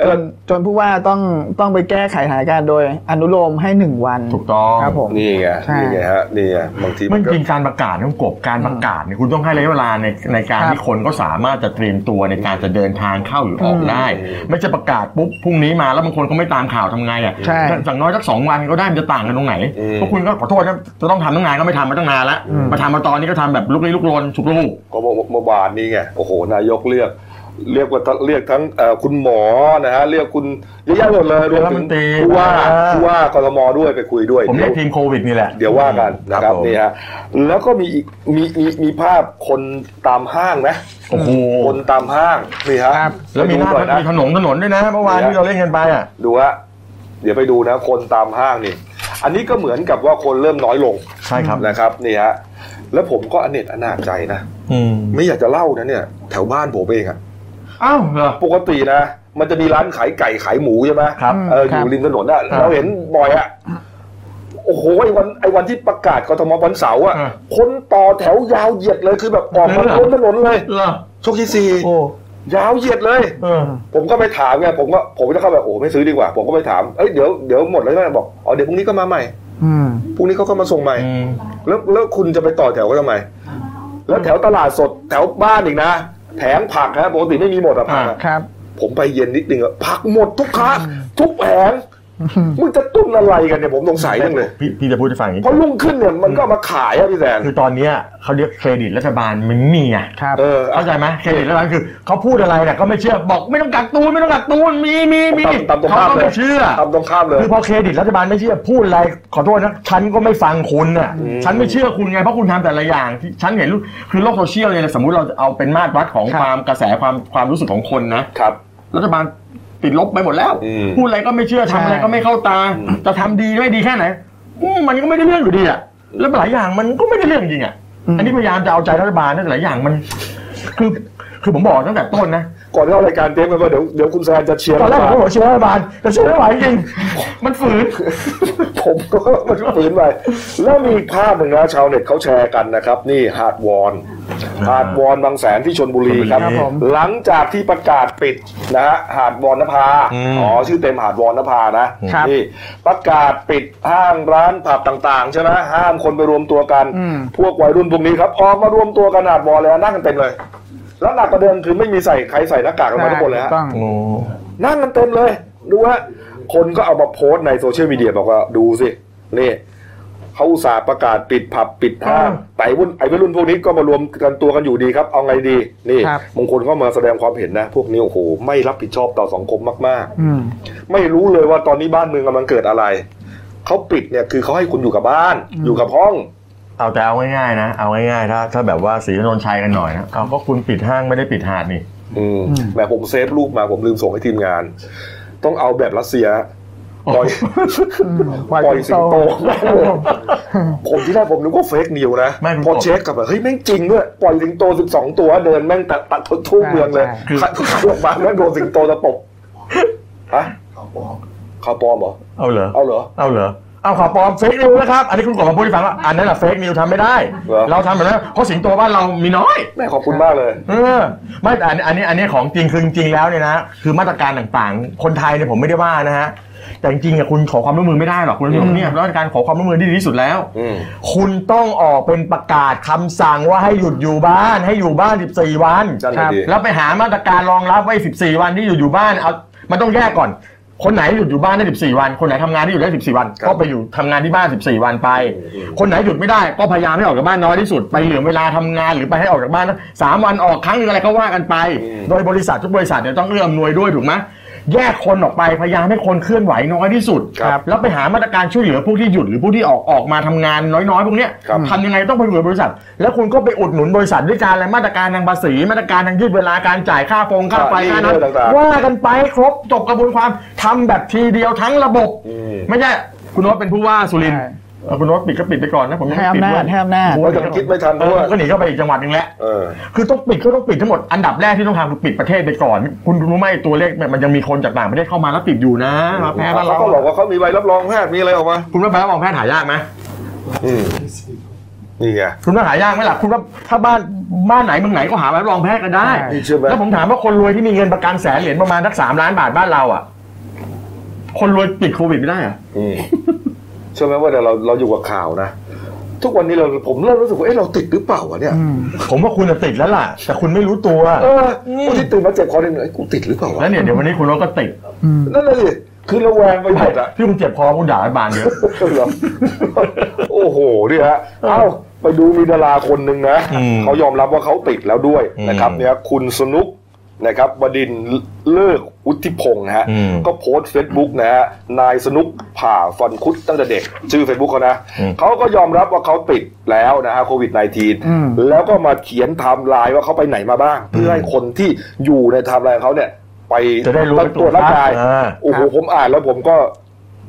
S1: เอ่
S3: จ
S1: อ
S3: นจนผู้ว่าต้องต้องไปแก้ไขสถานการณ์โดยอนุโลมให้หนึ่งวัน
S2: ถูกต้อง
S3: ครับผม
S1: นี่ไง
S3: ใช่
S1: นี่ไงฮะนี่ไงบางที
S2: มั
S1: มัน
S2: น
S1: ก็
S2: จริงการประกาศต้องกบการประกาศเนี่ยคุณต้องให้ระยะเวลาในในการ
S3: ครับ
S2: ที่คนก็สามารถจะเตรียมตัวในการจะเดินทางเข้าหรือออกได้ ไม่จะประกาศปุ๊บพรุ่งนี้มาแล้วบางคนก็ไม่ตามข่าวทำไงอ่ะ
S3: ใช่
S2: สั่งน้อยสักสองวันก็ได้มันจะต่างกันตรงไหน
S1: อืม
S2: เพราะคุณก็ขอโทษนะจะต้องทำตั้งนานก็ไม่ทำมาตั้งนานละมาทำมาตอนนี้ก็ทำแบบลุกลี้ลุกลนฉุกลูก
S1: ก็เมื่อเมื่อวานนี้ไงโอ้โหนายกเลือก เรียกว่าเรียกทั้งเอ่อคุณหมอนะฮะเรียกคุณเยอะแยะหมดเลยรวมถึงผู้ว่าผู้ว่ากรทมด้วยไปคุยด้วย
S2: ผมเรียกทีมโควิดนี่แหละ
S1: เดี๋ยวว่ากันนะครับ
S2: ผม
S1: นี่ฮะแล้วก็มีอีกมีมีมีภาพคนตามห้างนะ
S2: โอ้โห
S1: คนตามห้างนี่ฮะ
S2: แล้วมีหน้า
S1: ไปดูหน่อยนะ
S2: มีถนนถนนด้วยนะเมื่อวานที่เราเล่นกันไปอ่ะ
S1: ดูฮะเดี๋ยวไปดูนะ คนตามห้างนี่ อันนี้ก็เหมือนกับว่าคนเริ่มน้อยลง
S2: ใช่ครับ
S1: นะครับนี่ฮะแล้วผมก็อเนจอนาจใจนะ
S2: อืม
S1: ไม่อยากจะเล่านะเนี่ย แถวบ้านผมเองอะ
S2: อ้าวเหรอ
S1: ปกตินะ มันจะมีร้านขายไก่ขายหมูใช่ไหม
S2: ครับ
S1: เอออ
S3: ครับ
S1: ยู่ริมถนนอะ
S2: ครับ
S1: เราเห็นบ่อยอะโอ้โหไอ้วันไอ้วันที่ประกาศกทมวันเสาร์อะ
S2: อ่ะ
S1: คนต่อแถวยาวเหยียดเลยคือแบบออกมา
S2: เหรอ
S1: ล้นถนนเลย
S2: เหรอ
S1: โชคที่สี่
S3: โอ้
S1: ยาวเหยียดเลย
S2: เออ
S1: ผมก็ไปถามไงผมก็ผมก็เข้าไปโอ้ไม่ซื้อดีกว่า ผมก็ไปถามเอ้ยเดี๋ยวเดี๋ยวหมดแล้วใช่ไหมบอกอ๋อเดี๋ยวพรุ่งนี้ก็มาใหม่
S3: อืม
S1: พรุ่งนี้เขาก็มาส่งใหม่
S2: อืม
S1: แล้วแล้วคุณจะไปต่อแถวก็ทำไม แล้วแถวตลาดสดแถวบ้านอีกนะแผงผักฮะปกติไม่มีหมดอะผักอะ
S3: ครับ
S1: ผมไปเย็นนิดนึงอะผักหมดทุกค้าทุกแผงมึงจะตุ้นอะไรกันเนี่ยผมสงสัยจังเลย
S2: พี่พี่จะพูดให้ฟังอย่างนี้
S1: เพราะรุ่งขึ้นเนี่ยมันก็เอามาขายอะพี่แสน
S2: คือตอนเนี้ยเขาเรียกเครดิตรัฐบาลมันไม่มีไง
S3: ครับ
S1: เอออะ
S2: เข้าใจไหมเครดิตรัฐบาลคือเขาพูดอะไรเนี่ยก็ไม่เชื่อบอกไม่ต้องกักตูนไม่ต้องกักตูนมีมีมี
S1: ตามตามตรง
S2: เขา
S1: ข้าม
S2: ก็
S1: เลย
S2: ไม่เชื่อ
S1: ตามตรงข้ามเลย
S2: คือพอเครดิตรัฐบาลไม่เชื่อพูดอะไรขอโทษนะฉันก็ไม่ฟังคุณน่ะฉันไม่เชื่อคุณไงเพราะคุณทำแต่ละอย่างที่ฉันเห็นรูปคือโลกโซเชียลเลยนะสมมุติเราจะเอาเป็นมาตรวัดของ
S3: ครับ
S2: ความกระแสความความรู้สึกของคนนะครับ รัฐบาลติดลบไปหมดแล้ว
S1: อืม
S2: พูดอะไรก็ไม่เชื่อทำอะไรก็ไม่เข้าตา จะทำดีไม่ดีแค่ไหนอืมมันก็ไม่ได้เรื่องอยู่ดีอ่ะแล้วหลายอย่างมันก็ไม่ได้เรื่องจริงอ่ะอันนี้พยายามจะเอาใจรัฐบาลนะแต่หลายอย่างมัน คือคือผมบอกตั้งแต่ต้นนะ
S1: ก่อนที่เข้ารายการเจ๊มันว่าเดี๋ยวเดี๋ยวคุณแซนจะเชียร์
S2: ตอนแรกผม
S1: รัฐ
S2: ก็
S1: บาล
S2: บอกเชื่อรัฐบาลแต่เชื่อไม่ไหวจริงมันฝืน
S1: ผมก็มันฝืนไปแล้วมีอีกภาพหนึ่งนะชาวเน็ตเขาแชร์กันนะครับ นี่หาดวอนหาดวอนบางแสนที่ชนบุรีครับ
S3: ครับผม
S1: หลังจากที่ประกาศปิดนะฮะหาดวอนนภาอ๋อชื่อเต็มหาดวอนนภานะครับ นี่ประกาศปิดห้างร้านผับต่างๆใช่ไหมห้ามคนไปรวมตัวกัน
S3: อืม
S1: พวกวัยรุ่นพวกนี้ครับออกมารวมตัวกันหาดวอนเลยนั่งกันเต็มเลย แล้วหนักประเด็นคือไม่มีใส่ใครใส่หน้ากากกันมาทุกคนเลยฮะ
S3: ต้อง
S1: นั่งกันเต็มเลย ดูฮะคนก็เอามาโพสต์ในโซเชียลมีเดียบอกว่าดูสิ นี่เขาอุตส่าห์ประกาศปิดผับปิดห้าง
S2: อ่า
S1: แต่ไอ้วุ่นไอ้วัยรุ่นพวกนี้ก็มารวมกันตัวกันอยู่ดีครับ เอาไงดี นี่
S3: ครับ
S1: บางคนก็มาแสดงความเห็นนะ พวกนี้โอ้โห ไม่รับผิดชอบต่อสังคมมาก
S3: อืม
S1: ๆ ไม่รู้เลยว่าตอนนี้บ้านเมืองกำลังเกิดอะไร เขาปิดเนี่ยคือเขาให้คุณอยู่กับบ้าน อยู่กับห้อง
S2: เอาแต่เอาง่ายๆนะ เอาง่ายๆถ้าถ้าแบบว่าสีนนชัยกันหน่อยนะเอาก็คุณปิดห้างไม่ได้ปิดหาดนี่
S1: อืมแหมผมเซฟรูปมาผมลืมส่งให้ทีมงาน ต้องเอาแบบรัสเซียปล่อย
S3: ปล่อย
S1: ปล่อย
S3: สิ
S1: สิ
S3: ง
S1: ง
S3: โต
S1: โต ผมที่แรกผมนึกว่าเฟกนิวนะ
S2: ไม่มัน
S1: พอเช็คกลับแบบเฮ้ยแม่งจริงด้วยปล่อยสิงโต 12 ตัวเดินแม่งตัดตัดทั่วเมืองเลย
S2: คือ
S1: ขัดขัดลงมาแม่งโดนสิงโตตะปบฮะข่าวปลอมเหรอ
S2: เอาเหรอ
S1: เอาเหรอ
S2: เอาเหรอ เอาข่าวปลอมเฟกนิวนะครับ อันนี้คุณกบมาพูดให้ฟังว่าอันนั้นแหละเฟกนิวทำไม่ได้
S1: เหรอ
S2: เราทำแบบนั้นเพราะสิงโตบ้านเรามีน้อย
S1: แม่ขอบคุณมากเลย
S2: เออไม่แต่อันอันนี้อันนี้ของจริงคือจริงๆแล้วเนี่ยนะคือมาตรการต่างๆ คนไทยเนี่ยผมไม่ได้ว่านะฮะแต่จริงๆอ่ะคุณขอความร่วมมือไม่ได้หรอกคุณผู้ชมเนี่ยมาตรการขอความร่วมมือที่ดีที่สุดแล้ว
S1: อืม
S2: คุณต้องออกเป็นประกาศคำสั่งว่าให้หยุดอยู่บ้าน ให้อยู่บ้าน 14 วัน
S1: จันทร์ดี
S2: แล้วไปหามาตรการรองรับไว้ 14 วันที่อยู่อยู่บ้านเอามันต้องแยกก่อน คนไหนหยุดอยู่บ้านได้ 14 วัน คนไหนทำงานที่อยู่ได้ 14 วัน
S1: ครับ
S2: ก็ไปอยู่ทำงานที่บ้าน 14 วันไป คนไหนหยุดไม่ได้ก็พยายามให้ออกจากบ้านน้อยที่สุด ไปเหลือเวลาทำงานหรือไปให้ออกจากบ้านนะสามวันออกครั้งหนึงอะไรก็ว่ากันไป
S1: อืม
S2: โดยบริษัททุกบริษัทเนี่ยต้องเอื้ออำนวยด้วยถูกไหมแยกคนออกไปพยายามให้คนเคลื่อนไหวน้อยที่สุด
S1: ครับ
S2: แล้วไปหามาตรการช่วยเหลือผู้ที่หยุดหรือผู้ที่ออกออกมาทำงานน้อยๆพวกเนี้ย
S1: ครับ
S2: ทำยังไงต้องไปอยู่กับบริษัท แล้วคุณก็ไปอุดหนุนบริษัทด้วยการอะไรมาตรการทางภาษี มาตรการทางยืดเวลาการจ่ายค่าฟงค่าไฟ
S1: อ่า
S2: ค่านั้น
S1: เรื่องต่างๆ
S2: ว่ากันไปครบจบกระบวนความทำแบบทีเดียวทั้งระบบ
S1: อืม
S2: ไม่ใช่คุณโน้ตเป็นผู้ว่าสุรินทร์
S3: ใช่
S2: เออคุณโน้ตปิดก็ปิดไปก่อนนะผมยัง
S3: ให้
S2: ไม่ปิด
S3: อำนาจ
S2: ด้วย
S3: ให้อำนาจ
S2: โอ้
S1: เรา
S2: ย
S1: จะคิดไม่ทันเพ
S2: เอ
S1: ราะ
S2: อ
S1: ว่า
S2: ก็หนีก็ไปอีกจังหวัดหนึงแหละ
S1: เออ
S2: คือต้องปิดก็ต้องปิดทั้งหมดอันดับแรกที่ต้องทำคือปิดประเทศไปก่อน คุณรู้ไหมตัวเลขเนี่ยมันยังมีคนจากต่างประเทศเข้ามาแล้วติดอยู่นะมาแพร่บ้าน
S1: เขาก็บ
S2: เรา
S1: อกว่าเขามีใบรับรองแพทย์มีอะไรออกมา
S2: คุณว่าแพร่มองแพทย์หายากไหม
S1: อืมนี่ไง
S2: คุณว่าหายากไหมล่ะคุณว่าถ้าบ้านบ้านไหนเมืองไหนก็หาใบรับรองแพทย์กันได้
S1: นี่เชื่อไหม
S2: แล้วผมถามว่าคนรวยที่มีเงินประกันแสนเหรียญประมาณสักสามล้านบาทบ้านเราอ่ะคนรวยติดโควิดไม่ได้เหรอะ
S1: อืมเชื่อไหมว่าเดี๋ยวเราเราอยู่กับข่าวนะ ทุกวันนี้เราผมเริ่มรู้สึกว่าเอ๊ะเราติดหรือเปล่าวะเนี่ย
S2: ผมว่าคุณน่ะติดแล้วล่ะ แต่คุณไม่รู้ตัว
S1: เออกูที่ตื่นมาเจ็บคอเนี่ยเอ้ยกูติดหรือเปล่าวะ
S2: แล้วเนี่ยเดี๋ยววันนี้คุณโรถก็ติด
S1: นั่นเลยคือระแวงไปหมดอะ
S2: ที่คุณเจ็บคอคุณด่าไอ้บานเยอะ
S1: เหรอ โอ้โหเนี่ยฮะเอ้าไปดูมีดาราคนหนึ่งนะ
S2: อืม
S1: เขายอมรับว่าเขาติดแล้วด้วยนะครับ
S2: อืม
S1: เนี่ยคุณสนุก นะครับบดินทร์เลิกอุทิพงศ์นะฮะ
S4: อืม
S1: ก็โพสต์เฟซบุ๊กนะฮะนายสนุกผ่าฟันคุดตั้งแต่เด็ก ชื่อเฟซบุ๊กเขานะ
S4: อืม
S1: เขาก็ยอมรับว่าเขาติดแล้วนะฮะโควิด
S3: อืม
S1: -19 แล้วก็มาเขียนไทม์ไลน์ว่าเขาไปไหนมาบ้าง เพื่อให้คนที่อยู่ในไทม์ไลน์ของเขาเนี่ยไป
S2: จะได้รู้
S1: ต
S2: ไปต
S1: ร
S2: ร
S1: วจ
S2: วจ
S1: ร่างกาย
S4: อ่า
S1: โอ้โหผมอ่านแล้วผมก็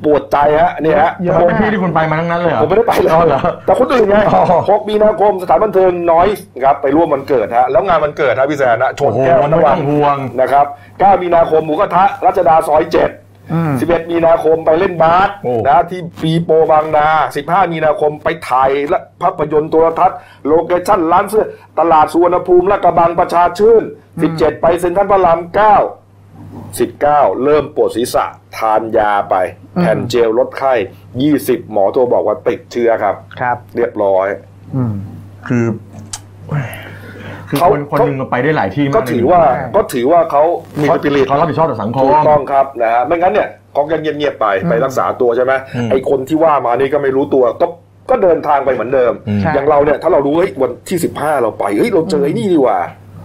S1: ปวดใจฮะเนี่ยฮะ
S3: เยอะ
S2: เป็นที่ที่คุณไปมาทั้งนั้นเลยเหรอ
S1: ผมไม่ได้ไปเลย
S2: อ๋อเหรอ
S1: แต่คนอื่นไง
S2: อ๋อ
S1: หกมีนาคมสถานบันเทิงน้อยครับไปร่วมวันเกิดฮะ แล้วงานวันเกิดฮะพี่แซนนะชน
S2: โอ้โห
S1: แก้ว
S2: ไม่
S1: นวั
S2: ต้
S1: น
S2: องห่วง
S1: นะครับ 9 มีนาคมหมูกระทะรัชดาซอย7
S3: อืม
S1: 11 มีนาคมไปเล่นบาส
S4: โอ้
S1: นะที่ปีโปบางนา 15 มีนาคมไปถ่ายและภาพยนตร์โทรทัศน์โลเคชั่นร้านเสื้อตลาดสุวรรณภูมิและกระบังประชาชื่น 17 ไปเซ็นทรัลพระรามเก้า 19 เริ่มปวดศีรษะทานยาไป แผ่นเจลลดไข้ 20 หมอตัวบอกว่าติดเชื้อครับ
S3: ครับ
S1: เรียบร้อย
S3: อืม
S2: คือคือ
S1: เขา
S2: คนคน
S1: เขา
S2: หนึ่งไปได้หลายที่ม
S1: ก็ถือว่า
S2: เลย
S1: ก็ถือว่าเขามี
S2: เขา
S1: สปิริต
S2: เขารับผิดชอบต่อสังคม
S1: ถูกต้องครับนะฮะไม่งั้นเนี่ยเขายังเงียบๆไปไปรักษาตัวใช่ไหม
S4: อืม
S1: ไอ้คนที่ว่ามานี่ก็ไม่รู้ตัวก็ก็เดินทางไปเหมือนเดิม
S4: อืม
S1: อย่างเราเนี่ยถ้าเรารู้เฮ้ยวันที่ 15 เราไปเฮ้ยเราเจอไอ้นี่ดีกว่า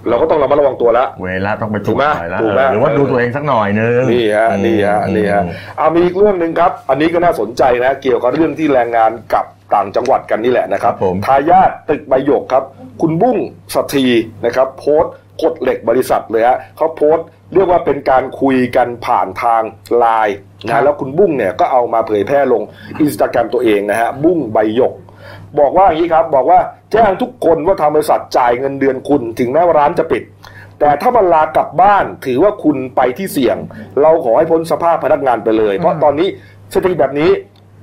S1: เราก็ต้องระมัดระวังตัวละ
S2: เวลาต้องไปตรวจ
S1: ถูกไหม
S2: หน่อยละ
S1: ถูกไหม
S2: หรือว่าดูตัวเองสักหน่อยนึง
S1: นี่ฮะนี่
S2: Ừ,
S1: ฮะ
S4: อืม
S1: นี่ฮะเอามีอีกเรื่องหนึ่งครับ อันนี้ก็น่าสนใจนะ เกี่ยวกับเรื่องที่แรงงานกลับต่างจังหวัดกันนี่แหละนะครับ
S4: ครับผม
S1: ทายาทตึกใบหยกครับ คุณบุ้งสัทีนะครับ โพสต์กฎเหล็กบริษัทเลยฮะเขาโพสต์เรียกว่าเป็นการคุยกันผ่านทางไลน์นะแล้วคุณบุ้งเนี่ยก็เอามาเผยแพร่ลงอินสตาแกรมตัวเองนะฮะบุ้งใบหยก บอกว่าอย่างนี้ครับบอกว่าแจ้งทุกคนว่าทางบริษัทจ่ายเงินเดือนคุณ ถึงแม้ว่าร้านจะปิด แต่ถ้ามันลากลับบ้านถือว่าคุณไปที่เสี่ยง เราขอให้พ้นสภาพพนักงานไปเลย เพราะตอนนี้เศรษฐกิจแบบนี้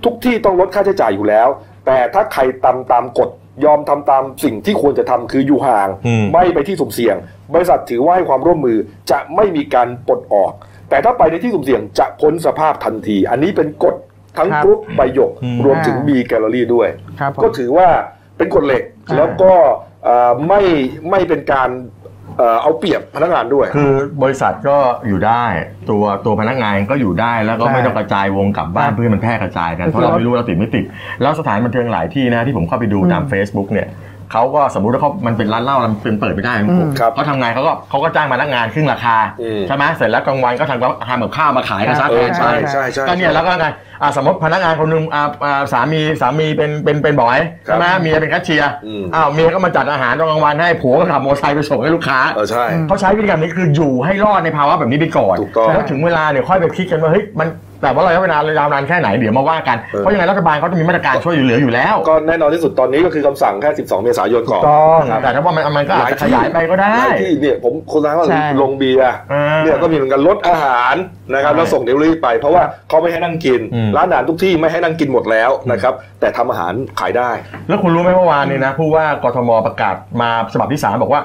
S1: ทุกที่ต้องลดค่าใช้จ่ายอยู่แล้ว แต่ถ้าใครตามตามกฎยอมทำตามสิ่งที่ควรจะทำคืออยู่ห่าง
S4: อืม
S1: ไม่ไปที่สุ่มเสี่ยง บริษัทถือว่าให้ความร่วมมือจะไม่มีการปลดออก แต่ถ้าไปในที่สุ่มเสี่ยงจะพ้นสภาพทันที อันนี้เป็นกฎทั้ง
S3: ครับ
S1: กรุ๊ปใบหยก
S4: อืม
S1: รวมถึงบีแกลเลอรี่ด้วย
S3: ครับผม
S1: ก็ถือว่าเป็นกฎเหล็กแล้วก็เอ่อไม่ไม่เป็นการเอ่อเอาเปรียบพนักงานด้วย
S2: คือบริษัทก็อยู่ได้ ตัวตัวพนักงานก็อยู่ได้แล้วก็
S3: ใช่
S2: ไม่ต้องกระจายวงกลับบ้าน
S3: ใช่
S2: เพื่อให้มันแพร่กระจายกัน
S3: ก็คือ
S2: เพราะเราไม่รู้ว่าเราติดไม่ติด แล้วสถานบันเทิงหลายที่นะที่ผมเข้าไปดูตาม Facebook เนี่ยเขาก็สมมุติว่าเขามันเป็นร้านเหล้ามันเป็นเปิดไม่ได้ครับผม
S1: ครับ
S2: เขาทำงานเขาก็เขาก็จ้างมานักงานครึ่งราคา
S1: อืม
S2: ใช่ไหมเสร็จแล้วกลางวันก็ทำกับทำแบบข้าวมาขายกันซะ
S1: เออน
S2: แท
S1: ใช่
S2: ไป
S1: ใช่ใช่
S2: ก็เนี่ยแล้วก็ไงอ่ะสมมติพนักงานคนหนึงอ่ะอ่ะสามีสามีเป็นเป็นเป็นบอยใช่ไหม
S1: ครับ
S2: เมียเป็นแคชเชียร์
S1: อืม
S2: อ้าวเมียก็มาจัดอาหารตอนกลางวันให้ผัวก็ขับมอเตอร์ไซค์ไปส่งให้ลูกค้า
S1: เออใช่
S2: เขาใช้วิธีการนี้คืออยู่ให้รอดในภาวะแบบนี้ไปก่อน
S1: ถูกต้อง
S2: แล้วถึงเวลาเนี่ยค่อยไปคิดกันว่าเฮ้ยมันแต่ว่าระยะเวลาเรายาวนานแค่ไหนเดี๋ยวมาว่ากัน
S1: เออ
S2: เพราะยังไงรัฐบาลเขาจะมีมาตรการช่วยเหลืออยู่แล้ว
S1: ก็แน่นอนที่สุดตอนนี้ก็คือคำสั่งแค่ 12 เมษายนก่อน
S2: ต้องแต่ถ้าว่ามันมันก็อาจจะขยายไปก็ได้
S1: หลายที่เนี่ยผมคนร้ายว่า
S3: ใช่
S1: ลงเบียร์
S2: อ่า
S1: เนี่ยก็มีเหมือนกันลดอาหารนะครับ
S2: ใช่
S1: แล้วส่งเดลิเวอรี่ไปเพราะว่าเขาไม่ให้นั่งกิน
S4: อืม
S1: ร้านอาหารทุกที่ไม่ให้นั่งกินหมดแล้วนะครับแต่ทำอาหารขายได้
S2: แล้วคุณรู้ไหมเมื่อวานนี้นะผู้ว่ากทมประกาศมาฉบับที่สามบอกว่า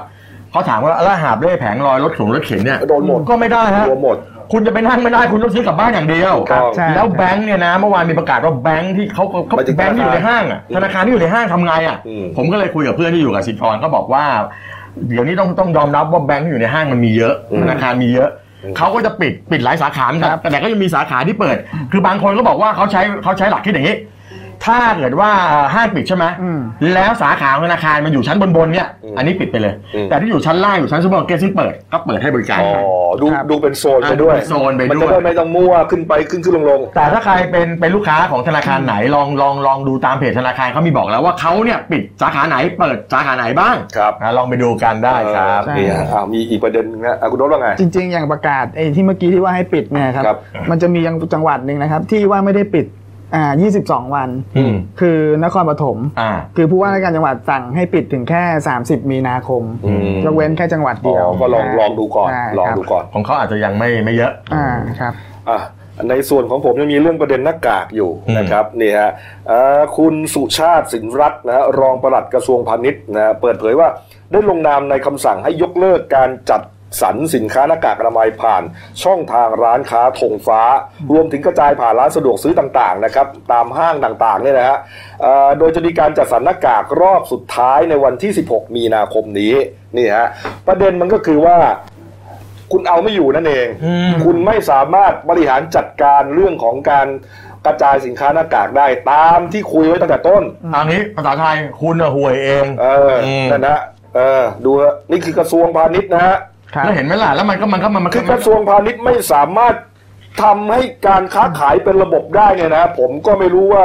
S2: เขาถามว่าแล้วหาบเร่แผงลอยรถสูงรถเข็นเนี่ย
S1: โดนหมด
S2: ก็ไม่ได้ฮะ
S1: รวมหมด
S2: คุณจะไปนั่งไม่ได้คุณต้องซื้อกลับบ้านอย่างเดียว
S1: ครับ
S3: ใช่
S2: แล้วแบงค์เนี่ยนะเมื่อวานมีประกาศว่าแบงค์ที่เขาเขา
S1: ไปถึง
S2: แบงค์ที่อยู่ในห้างอ่ะธนาคารที่อยู่ในห้างทำไงอ่ะ
S1: อืม
S2: ผมก็เลยคุยกับเพื่อนที่อยู่กับสินทรก็บอกว่า เดี๋ยวนี้ต้องต้องยอมรับว่าแบงค์ที่อยู่ในห้างมันมีเยอะธนาคารมีเยอะเขาก็จะปิดปิดหลายสาขา
S3: ครับ
S2: แต่แต่ก็ยังมีสาขาที่เปิด คือบางคนก็บอกว่าเขาใช้เขาใช้หลักคิดอย่างนี้ ถ้าเกิดว่าห้างปิดใช่ไหม
S3: อืม
S2: แล้วสาขาของธนาคารมันอยู่ชั้นบนๆเนี่ยอันนี้ปิดไปเลย
S1: อืม
S2: แต่ที่อยู่ชั้นล่างอยู่ชั้นซูเปอร์มาร์เก็ตซึ่งเปิดก็เปิดให้บริการ
S1: อ๋อ
S2: ครับ
S1: ดู
S3: ครับ
S1: ดูเป็นโซนไปด้วย
S2: อ่ะดูเป็นโซนไปด้วย
S1: มันจะได้ไม่ต้องมั่วขึ้นไปขึ้นขึ้นลงลง
S2: แต่ถ้าใครเป็นเป็นลูกค้าของธนาคารไหนลองลองลองดูตามเพจธนาคารเขามีบอกแล้วว่าเขาเนี่ยปิดสาขาไหนเปิดสาขาไหนบ้าง
S1: ครับ
S2: อ่ะลองไปดูกันได้ครับ
S3: ใช่
S1: นี่ฮะอ้าวมีอีกประเด็นนึงนะอ่ะคุณโน้ตว่าไง
S3: จริง ๆ อย่างประกาศไอ้ที่เมื่อกี้ที่ว่าให้ปิดเนี่ยครับ
S1: ครับ
S3: มันจะมียังจังหวัดหนึ่งนะครับ ที่ว่าไม่ได้ปิดอ่า22 วัน
S2: อืม
S3: คือนครปฐม
S2: อ่า
S3: คือผู้ว่าราชการจังหวัดสั่งให้ปิดถึงแค่ 30 มีนาคม
S1: อืม
S3: ยกเว้นแค่จังหวัด
S1: อ๋
S3: เดียว
S1: อก็ลองลองดูก่อน
S3: ใช่
S1: ลอง
S3: ครับ
S1: ดูก่อน
S2: ของเขาอาจจะยังไม่ไม่เยอะ
S3: อ่าครับ
S1: อ่ะในส่วนของผมยังมีเรื่องประเด็นหน้ากากอยู่
S4: อืม
S1: นะครับนี่ฮะเอ่อคุณสุชาติสินรัตน์นะฮะรองปลัดกระทรวงพาณิชย์นะฮะเปิดเผยว่าได้ลงนามในคำสั่งให้ยกเลิกการจัดสรรสินค้าหน้ากากอนามัยผ่าน ช่องทางร้านค้าธงฟ้า รวมถึงกระจายผ่านร้านสะดวกซื้อต่างๆนะครับตามห้างต่างๆเนี่ยนะฮะเอ่อโดยจะมีการจัดสรรหน้ากากรอบสุดท้ายในวันที่ 16 มีนาคมนี้นี่ฮะประเด็นมันก็คือว่า คุณเอาไม่อยู่นั่นเอง คุณไม่สามารถบริหารจัดการเรื่องของการกระจายสินค้าหน้ากากได้ตามที่คุยไว้ตั้งแต่ต้น
S2: อันนี้ภาษาไทยคุณน่ะห่วยเอง
S1: เออ
S4: อืม
S1: นั่นนะเออ ดูฮะนี่คือกระทรวงพาณิชย์นะฮะ
S3: ครับ
S2: แล้วเห็นไหมล่ะแล้วมันก็มันก็มันมัน
S1: คื
S2: ก็
S1: อกระทรวงพาณิชย์ไม่สามารถทำให้การค้าขายเป็นระบบได้เนี่ยนะผมก็ไม่รู้ว่า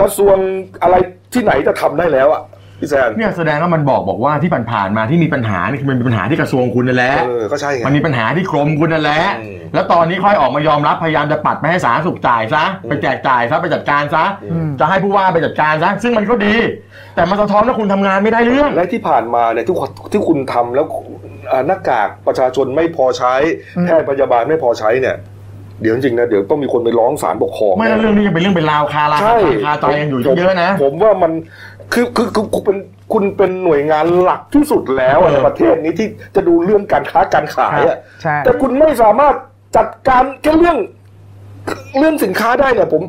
S1: กระทรวงอะไรที่ไหนจะทำได้แล้วอ่ะพี่แซน
S2: เนี่ยแสดงว่ามันบอกบอกว่าที่ผ่านๆมาที่มีปัญหานี่คือมันมีปัญหาที่กระทรวงคุณนั่นแหละ
S1: เออก็ใช่ไง
S2: มันมีปัญหาที่กรมคุณนั่นแหละ
S1: อืม
S2: แล้วตอนนี้ค่อยออกมายอมรับพยายามจะปัดไม่ให้สาธารณสุขจ่ายซะ ไปแจกจ่ายซะไปจัดการซะ
S1: อืม
S2: จะให้ผู้ว่าไปจัดการซะ ซึ่งมันก็ดี แต่มันสะท้อนว่าคุณทำงานไม่ได้เรื่อง
S1: และที่ผ่านมาเนี่ยที่คุณที่คุณทำแล้วอ่าหน้ากากประชาชนไม่พอใช้แพทย์พยาบาลไม่พอใช้เนี่ย เดี๋ยวจริงๆนะเดี๋ยวต้องมีคนไปร้องศาลปกครอง
S2: ไม่แล้วเรื่องนี้ยังเป็นเรื่องเป็นราวคารา
S1: ใช่
S2: คาใจกันอยู่เยอะๆนะ
S1: ผมผมว่ามันคือคือคือคุณเป็นคุณเป็นหน่วยงานหลักที่สุดแล้วอะ
S2: เออ
S1: ในประเทศนี้ที่จะดูเรื่องการค้าการขายอะ
S3: ใช่
S1: แต่คุณไม่สามารถจัดการแค่เรื่องเรื่องสินค้าได้เนี่ยผม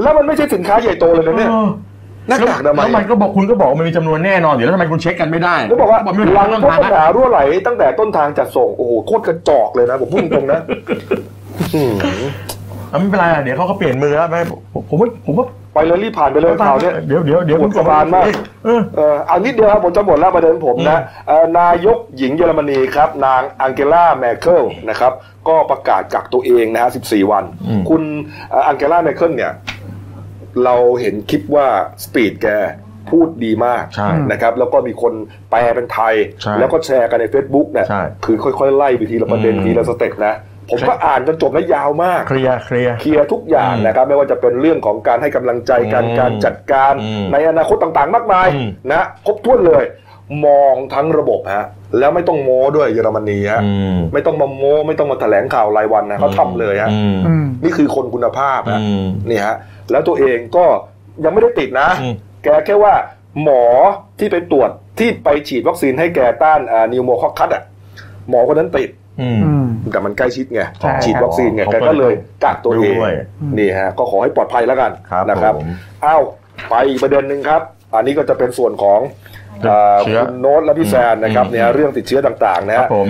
S1: แล้วมันไม่ใช่สินค้าใหญ่โตเลยนะเนี่ย
S2: เออ
S1: หน้ากากอ
S2: แล้
S1: นาว มั
S2: แล้วมัน
S1: ย
S2: ก็บอกคุณก็บอกว่ามันมีจำนวนแน่นอนเดี๋ยวแล้วทำไมคุณเช็คกันไม่ได้
S1: แล้วบอกว่า
S2: ไม่
S1: หลัง
S2: รู้เรื่อง
S1: พบ
S2: ทาง
S1: ปัญ
S2: นะ
S1: หารั่วไหลตั้งแต่ต้นทางจัดส่งโอ้โหโคตรกระจอกเลยนะผมพูดตรงๆนะอืม
S2: เอาไม่เป็นไรอะเดี๋ยวเขาก็เปลี่ยนมือแล้วไม่ผมผมว่าผมว่า
S1: ไปเลยรีบผ่านไปเลยข่าวเนี้ย
S2: เดี๋ยวเดี๋ยวเดี๋ยว
S1: ปวดกระบาลมาก
S2: เออ
S1: เออเอานิดเดียวครับผมจะหมดแล้วประเด็นผมนะเอ่อนายกหญิงเยอรมนีครับ นางอังเกลาแมเคิลนะครับ ก็ประกาศกักตัวเองนะฮะ 14 วัน
S2: อืม
S1: คุณเอ่ออังเกลาแมเคิลเนี่ย เราเห็นคลิปว่าสปีดแกพูดดีมาก
S2: ใช่
S1: นะครับ แล้วก็มีคนแปลเป็นไทย
S2: ใช่
S1: แล้วก็แชร์กันใน Facebook เนี่ย
S2: ใช่
S1: คือค่อยๆ ไล่ไปทีละประเด็น
S2: อืม
S1: ทีละสเต็ปนะ ผมก็อ่านจนจบนะยาวมาก
S2: เคลียร์เคลียร์
S1: เคลียร์ทุกอย่าง
S2: อืม
S1: นะครับ ไม่ว่าจะเป็นเรื่องของการให้กำลังใจการ
S2: อืม
S1: การจัดการ
S2: อืม
S1: ในอนาคตต่างๆ มากมาย
S2: อืม
S1: นะครบถ้วนเลย มองทั้งระบบฮะแล้วไม่ต้องโม้ด้วยเยอรมนีฮะ
S2: อืม
S1: ไม่ต้องมาโม้ไม่ต้องมาแถลงข่าวรายวันนะเขาทำเลยฮะ
S2: อืม
S3: อืม
S1: นี่คือคนคุณภาพฮะ
S2: อืม
S1: นี่ฮะแล้วตัวเองก็ยังไม่ได้ติดนะ
S2: อืม
S1: แกแค่ว่าหมอที่ไปตรวจที่ไปฉีดวัคซีนให้แกต้านนิวโมคอคัสอ่ะหมอคนนั้นติด
S2: อืม
S3: อืม
S1: แต่มันใกล้ชิดไง
S3: ใช่
S1: ฉีดวัคซีนไง
S2: ครับ
S1: แกก็เลยกักตัวเอง
S2: ด้วย
S1: นี่ฮะ ก็ขอให้ปลอดภัยแล้วกัน
S2: ครับ
S1: นะครับ
S2: ผม
S1: อ้าวไปอีกประเด็นหนึ่งครับ อันนี้ก็จะเป็นส่วนของเอ่อ
S2: ติดเชื้อ
S1: คุณโน้ตและพี่แซนนะครับ
S2: อืม
S1: เนี่ยเรื่องติดเชื้อต่างๆนะ
S2: ครั
S1: ฮะ
S2: บผม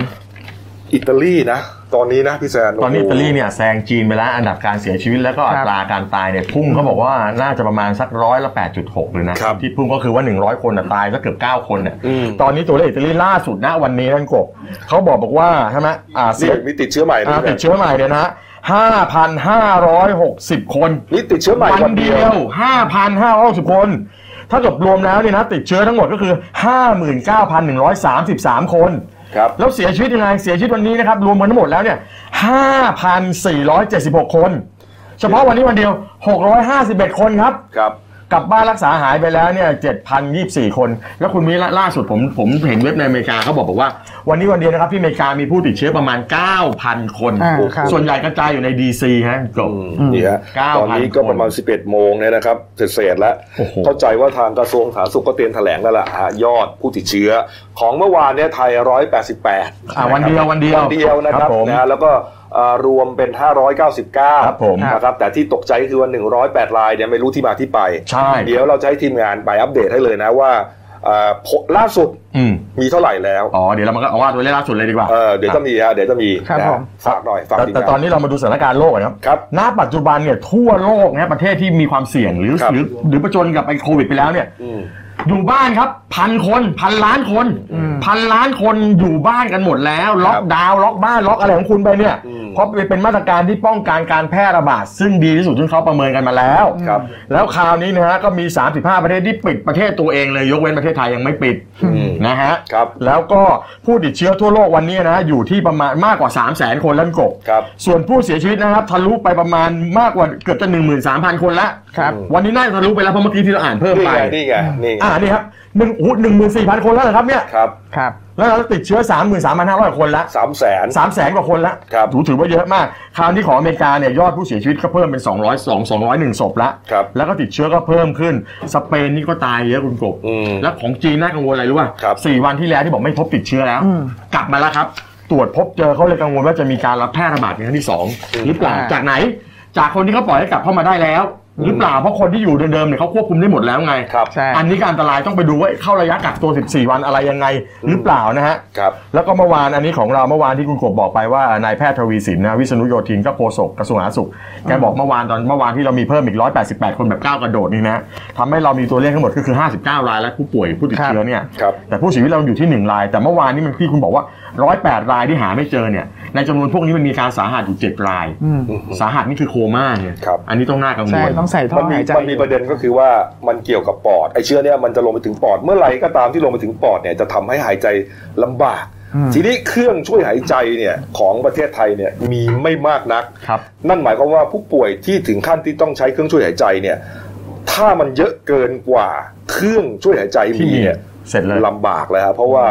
S1: อิตาลีนะ ตอนนี้นะพี่แซน
S2: ตอนนี้อิ
S1: โโห
S2: ตาลีเนี่ยแซงจีนไปแล้วอันดับการเสียชีวิตแล้วก็อัตราการตายเนี่ยพุ่งเขาบอกว่าน่าจะประมาณสักร้อยละ 8.6เลยนะที่พุ่งก็คือว่า 100 คนน่ะตายก็เกือบ 9 คนเนี่ย
S1: อืม
S2: ตอนนี้ตัวเลขอิตาลีล่าสุดนะวันนี้ท่านกบเขาบอกบอกว่าใช่ไหมอ่าเสี
S1: นี่
S2: ย
S1: มีติดเชื้อใหม่นะ
S2: อ่าติดเชื้อใหม่เนี่ยนะ 5,560 คน
S1: นี่ติดเชื้อใหม่
S2: วันเดียว 5,560 คน ถ้าเกิดรวมแล้วเนี่ยนะติดเชื้อทั้งหมดก็คือ 59,133 คน
S1: ครับ
S2: แล้วเสียชีวิตยังไงเสียชีวิตวันนี้นะครับรวมกันทั้งหมดแล้วเนี่ย 5,476 คน เฉพาะวันนี้วันเดียว 651 คนครับ
S1: ครับ
S2: กลับบ้านรักษาหายไปแล้วเนี่ย 7,024 คน แล้วคุณมีละล่าสุดผมผมเห็นเว็บในอเมริกาเขาบอกบอกว่า วันนี้วันเดียวนะครับที่อเมริกามีผู้ติดเชื้อประมาณ 9,000 คน
S3: อ่าครับ
S2: ส่วนใหญ่กระจายอยู่ในดีซีฮะจบ
S1: นี่ฮะ
S2: เก้า
S1: ตอนนี้
S2: พัน
S1: ก็ประมาณ 11 โมงเนี่ยนะครับเศษๆแล้ว
S2: โอ้โห
S1: เข้าใจว่าทางกระทรวงสาธารณสุขก็เตรียมแถลงแล้วล่ะฮะยอดผู้ติดเชื้อ ของเมื่อวานเนี่ยไทย 188
S2: อ่าวันเดียววันเดียว
S1: วันเดียวนะครับ
S2: ผม
S1: นะฮะแล้วก็เอ่อรวมเป็น 599
S2: ครับผม
S1: นะครับแต่ที่ตกใจก็คือว่า108รายเนี่ยไม่รู้ที่มาที่ไป
S2: ใช่
S1: เดี๋ยวเราจะให้ทีมงานไปอัปเดตให้เลยนะว่าเอ่อผลล่าสุด
S2: อืม
S1: มีเท่าไหร่แล้ว
S2: อ๋อเดี๋ยวเรามาก็เอาว่าตัวเลขล่าสุดเลยดีกว่า
S1: เออเดี๋ยวจะมีฮะเดี๋ยวจะมี
S3: ครับ
S1: นะฮะ
S3: ผม
S1: ฝากหน่อยฝาก
S2: แต่
S1: ทีม
S2: แต่ต
S1: า
S2: อง
S1: น น
S2: นี้เรามาดูสถานการณ์โลกก่อนครับ
S1: ครับ
S2: ณปัจจุบันเนี่ยทั่วโลกนะประเทศที่มีความเสี่ยงหรือ
S1: ครับ
S2: หรือหรือประจนกับไอ้โควิดไปแล้วเนี่ย
S1: อืม
S2: อยู่บ้านครับพันคนพันล้านคนพันล้านคนอยู่บ้านกันหมดแล้ว ล็อกดาวน์ล็อกบ้านล็อกอะไรของคุณไปเนี่ย
S1: อืม
S2: เพราะเป็นมาตรการที่ป้องกันการแพร่ระบาด ซึ่งดีที่สุดซึ่งเขาประเมินกันมาแล้ว
S1: ครับ
S2: แล้วคราวนี้นะฮะก็มี 35 ประเทศที่ปิดประเทศตัวเองเลยยกเว้นประเทศไทยยังไม่ปิด
S1: อืม
S2: นะฮะ
S1: ครับ
S2: แล้วก็ผู้ติดเชื้อทั่วโลกวันนี้นะอยู่ที่ประมาณมากกว่า 3 0 0 0 0 0 คนแล้วกบ
S1: ครับ
S2: ส่วนผู้เสียชีวิตนะครับทะลุไปประมาณมากกว่าเกือบจะ 13,000 คนละ
S1: ครับ
S2: วันนี้น่าจะทะลุไปแล้วเพราะเมื่อกี้ที่เราอ่านเพิ่ม
S1: นี่
S2: ไป
S1: ไงนี่ไงนี่ไง
S2: อ่านี่ครับหนึ่งอู้หนึ่งหมื่นสี่พันคนแล้วเหรอครับเนี่ย
S1: ครับ
S3: ครับ
S2: แล้วเราติดเชื้อ 33,500 คนละ
S1: สามแสน
S2: 3 0 0 0 0 0 กว่าคนละ
S1: ครับ
S2: ถือถือว่าเยอะมาก คราวนี้ของอเมริกาเนี่ยยอดผู้เสียชีวิตก็เพิ่มเป็น 202 201ศพละ
S1: ครับ
S2: แล้วก็ติดเชื้อก็เพิ่มขึ้นสเปนนี่ก็ตายเยอะคุณกบ
S1: อืม
S2: แล้วของจีนน่ากังวลอะไรรู้ป่ะ
S1: ครับ
S2: สี่วันที่แล้วที่บอกไม่พบติดเชื้อแล้ว
S3: อืม
S2: กลับมาแล้วครับ ตรวจพบเจอเขาเลยกังวลว่าจะมีการรับแพร่ระบาดในครั้งที่สองหรือเปล่า จากไหน จากคนที่เขาปล่อยให้กลับเข้ามาได้แล้ว หรือเปล่าเพราะคนที่อยู่เดิมๆเนี่ยเขาควบคุมได้หมดแล้วไง
S1: ครับ
S3: ใช่
S2: อันนี้การอันตรายต้องไปดูว่าเข้าระยะกักตัว 14 วันอะไรยังไงหรือเปล่านะฮะ
S1: ครับ
S2: แล้วก็เมื่อวานอันนี้ของเราเมื่อวานที่คุณกบบอกไปว่านายแพทย์ทวีสินนะวิษณุโยธินก็โฆษกกระทรวงสาธารณสุขแกบอกเมื่อวานตอนเมื่อวานที่เรามีเพิ่มอีก 188 คนแบบก้าวกระโดดนี่นะทำให้เรามีตัวเลขทั้งหมดก็คือ 59 รายและผู้ป่วยผู้ติดเชื้อเนี่ย
S1: ครับ
S2: แต่ผู้เสียชีวิตเราอยู่ที่ 1 ราย แต่เมื่อวานนี้มันที่คุณบอกว่า 108 รายที่หาไม่เจอเนี่ยในจำนวนพวกนี้มันมีอาการสาหัสอยู่ 7 ราย
S3: อืม
S2: สาหัสนี่คือโคม่าเนี่ย
S1: ครับ
S2: อันนี้ต้องน่ากังว
S3: ใช่
S2: ล
S3: ต้องใส่ท่อ
S1: มันมี
S3: หายใจ
S1: มันมีประเด็นก็คือว่ามันเกี่ยวกับปอดไอเชื้อเนี่ยมันจะลงไปถึงปอดเมื่อไหร่ก็ตามที่ลงไปถึงปอดเนี่ยจะทำให้หายใจลำบาก
S3: อืม
S1: ทีนี้เครื่องช่วยหายใจเนี่ยของประเทศไทยเนี่ยมีไม่มากนัก
S2: ครับ
S1: นั่นหมายความว่าผู้ป่วยที่ถึงขั้นที่ต้องใช้เครื่องช่วยหายใจเนี่ยถ้ามันเยอะเกินกว่าเครื่องช่วยหายใจ
S2: ที่
S1: มี
S2: มี
S1: เนี่ย
S2: เสร็จเลย
S1: ลำบากเลยครับเพราะว่า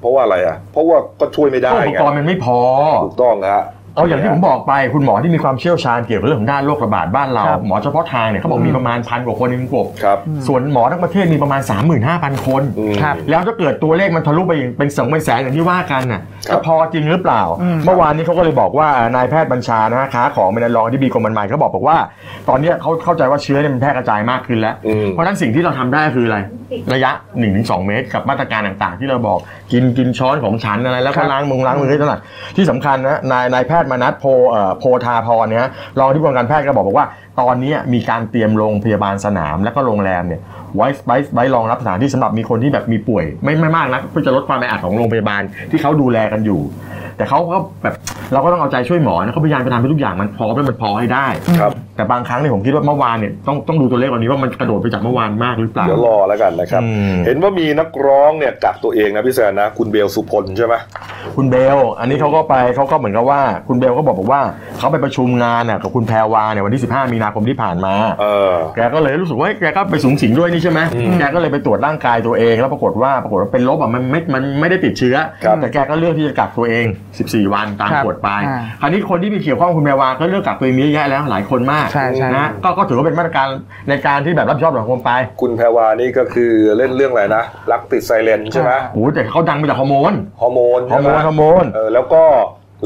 S1: เพราะว่าอะไรอ่ะ เพราะว่าก็ช่วยไม่ได้
S2: อุป
S1: ไง
S2: กรณ์มันไม่พอ
S1: ถูกต้องฮะ
S2: เอาอย่างที่ผมบอกไปคุณหมอที่มีความเชี่ยวชาญเกี่ยวกับเรื่องของด้านโรคระบาดบ้านเรา
S3: ครับ
S2: หมอเฉพาะทางเนี่ยเขาบอกมีประมาณพันกว่าคนในกบ
S1: ครับ
S2: ส่วนหมอทั้งประเทศมีประมาณ 35,000 คน
S1: อืม
S3: ครับ
S2: แล้วถ้าเกิดตัวเลขมันทะลุไปอีกเป็นสองเป็นแสนอย่างที่ว่ากันน่ะ
S1: ครับ
S2: จะพอจริงหรือเปล่า
S3: อืม
S2: เมื่อวานนี้เขาก็เลยบอกว่านายแพทย์บัญชานะฮะค้าของเป็นรองที่บีกรมอนามัยเขาบอกบอกว่า ตอนเนี้ยเขาเข้าใจว่าเชื้อเนี่ยมันแพร่กระจายมากขึ้นแล้ว
S1: อืม
S2: เพราะฉะนั้นสิ่งที่เราทำได้คืออะไร ระยะ 1-2 เมตรกับมาตรการต่างๆ ที่เราบอกกินกินช้อนของฉันอะไรแล้วก็ล้างมือล้างมือให้ถนัดที่สำคัญนะนายนายแพทย์มานัทโพเอ่อโพธาพรเนี่ยฮะรองที่กรมการแพทย์ก็บอกบอกว่า ตอนนี้มีการเตรียมโรงพยาบาลสนามและก็โรงแรมเนี่ยไว้ไว้ไว้รองรับสถานที่สำหรับมีคนที่แบบมีป่วย ไม่ไม่มากนะเพื่อจะลดความแออัดของโรงพยาบาลที่เขาดูแลกันอยู่ แต่เขาก็แบบเราก็ต้องเอาใจช่วยหมอนะเขาพยายามจะทำให้ทุกอย่างมันพร้อมให้มันพอให้ได้
S1: ครับ
S2: แต่บางครั้งเนี่ยผมคิดว่าเมื่อวานเนี่ยต้องต้องดูตัวเลขวันนี้ว่ามันกระโดดไปจากเมื่อวานมากหรือเปล่า
S1: เดี๋ยวรอแล้วกันนะครับ
S2: อืม
S1: เห็นว่ามีนักร้องเนี่ยกักตัวเองนะพี่แซนนะ คุณเบลสุพลใช่ไหม
S2: คุณเบล อันนี้เขาก็ไปเขาก็เหมือนกับว่า คุณเบลก็บอกบอกว่าเขาไปประชุมงานน่ะกับคุณแพรวาเนี่ยวันที่ 15 มีนาคมที่ผ่านมา
S1: เออ
S2: แกก็เลยรู้สึกว่าแกก็ไปสูงสิงด้วยนี่ใช่ไหมแกก็เลยไปตรวจร่างกายตัวเอง แล้วปรากฏว่าปรากฏว่าเป็นลบอ่ะมันไม่มันไม่ได้ติดเชื้อ
S1: ครับ
S2: แต่แกก็เลือกที่จะกักตัวเอง 14 วันตาม
S3: ครับ
S2: กฎไป
S3: อ่า
S2: คราวนี้คนที่มีเกี่ยวข้องกับคุณแพรวาก็เลือกกักตัวเองเยอะแยะแล้วหลายคนมาก
S3: ใช่ใช่
S2: นะก็ก็ถือว่าเป็นมาตรการในการที่แบบรับผิดชอบต่อสังคมไป
S1: คุณแพรวานี่ก็คือเล่นเรื่องอะไรนะ รักติดไซเรนใช่ไหม
S3: อ่า
S2: โอ้โหแต่เขาดังมาจากฮอร์โมน
S1: ฮอร์โมน
S2: ฮอ
S1: ใช่
S2: ร์
S1: ไหม
S2: โมนฮอร์โมน
S1: เออแล้วก็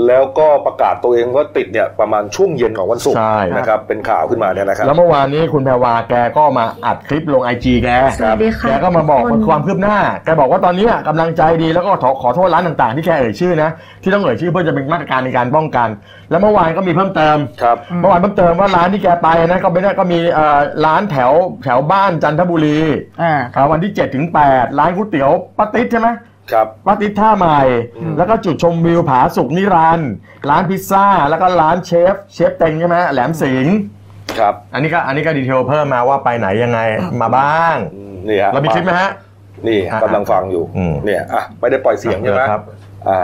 S1: แล้วก็ประกาศตัวเองว่าติดเนี่ยประมาณช่วงเย็นของวันศุกร์
S2: ใช่
S1: นะครับ เป็นข่าวขึ้นมาเนี่ยนะครับ
S2: แล้วเมื่อวานนี้คุณแพรวาแกก็มาอัดคลิปลงไอจีแก
S4: สวัสดีค่ะ
S2: แกก็มาบอก
S4: ทุ
S2: ความคืบหน้า แกบอกว่าตอนนี้กำลังใจดีแล้วก็ขอขอโทษร้านต่างๆ ที่แกเอ่ยชื่อนะ ที่ต้องเอ่ยชื่อเพื่อจะเป็นมาตรการในการป้องกัน แล้วเมื่อวานก็มีเพิ่มเติม
S1: ครับ
S2: เมื่อวานเพิ่มเติมว่าร้านที่แกไปนะก็ไม่ได้ก็มีเอ่อร้านแถวแถวบ้านจันทบุรี
S3: อ่า
S2: อ่าวันที่7ถึง8ร้านก๋วยเตี๋ยวป้าติ๊ดใช่ไหม
S1: ครับ
S2: วัดติดท่าใหม่
S1: อืม
S2: แล้วก็จุดชมวิวผาสุกนิรันดร์ร้านพิซซ่า แล้วก็ร้านเชฟ เชฟเต็งใช่ไหมแหลมสิงห์
S1: ครับ
S2: อันนี้ก็อันนี้ก็ดีเทลเพิ่มมาว่าไปไหนยังไงมาบ้าง
S1: อืมนี่ฮะ
S2: เรามีคลิปไหมฮะ
S1: นี่ฮะ
S2: อ่ะ
S1: กำลังฟังอยู่
S2: อืม
S1: เนี่ยอ่ะไม่ได้ปล่อยเสียงใช่ไหม
S2: ครับ
S1: อ่า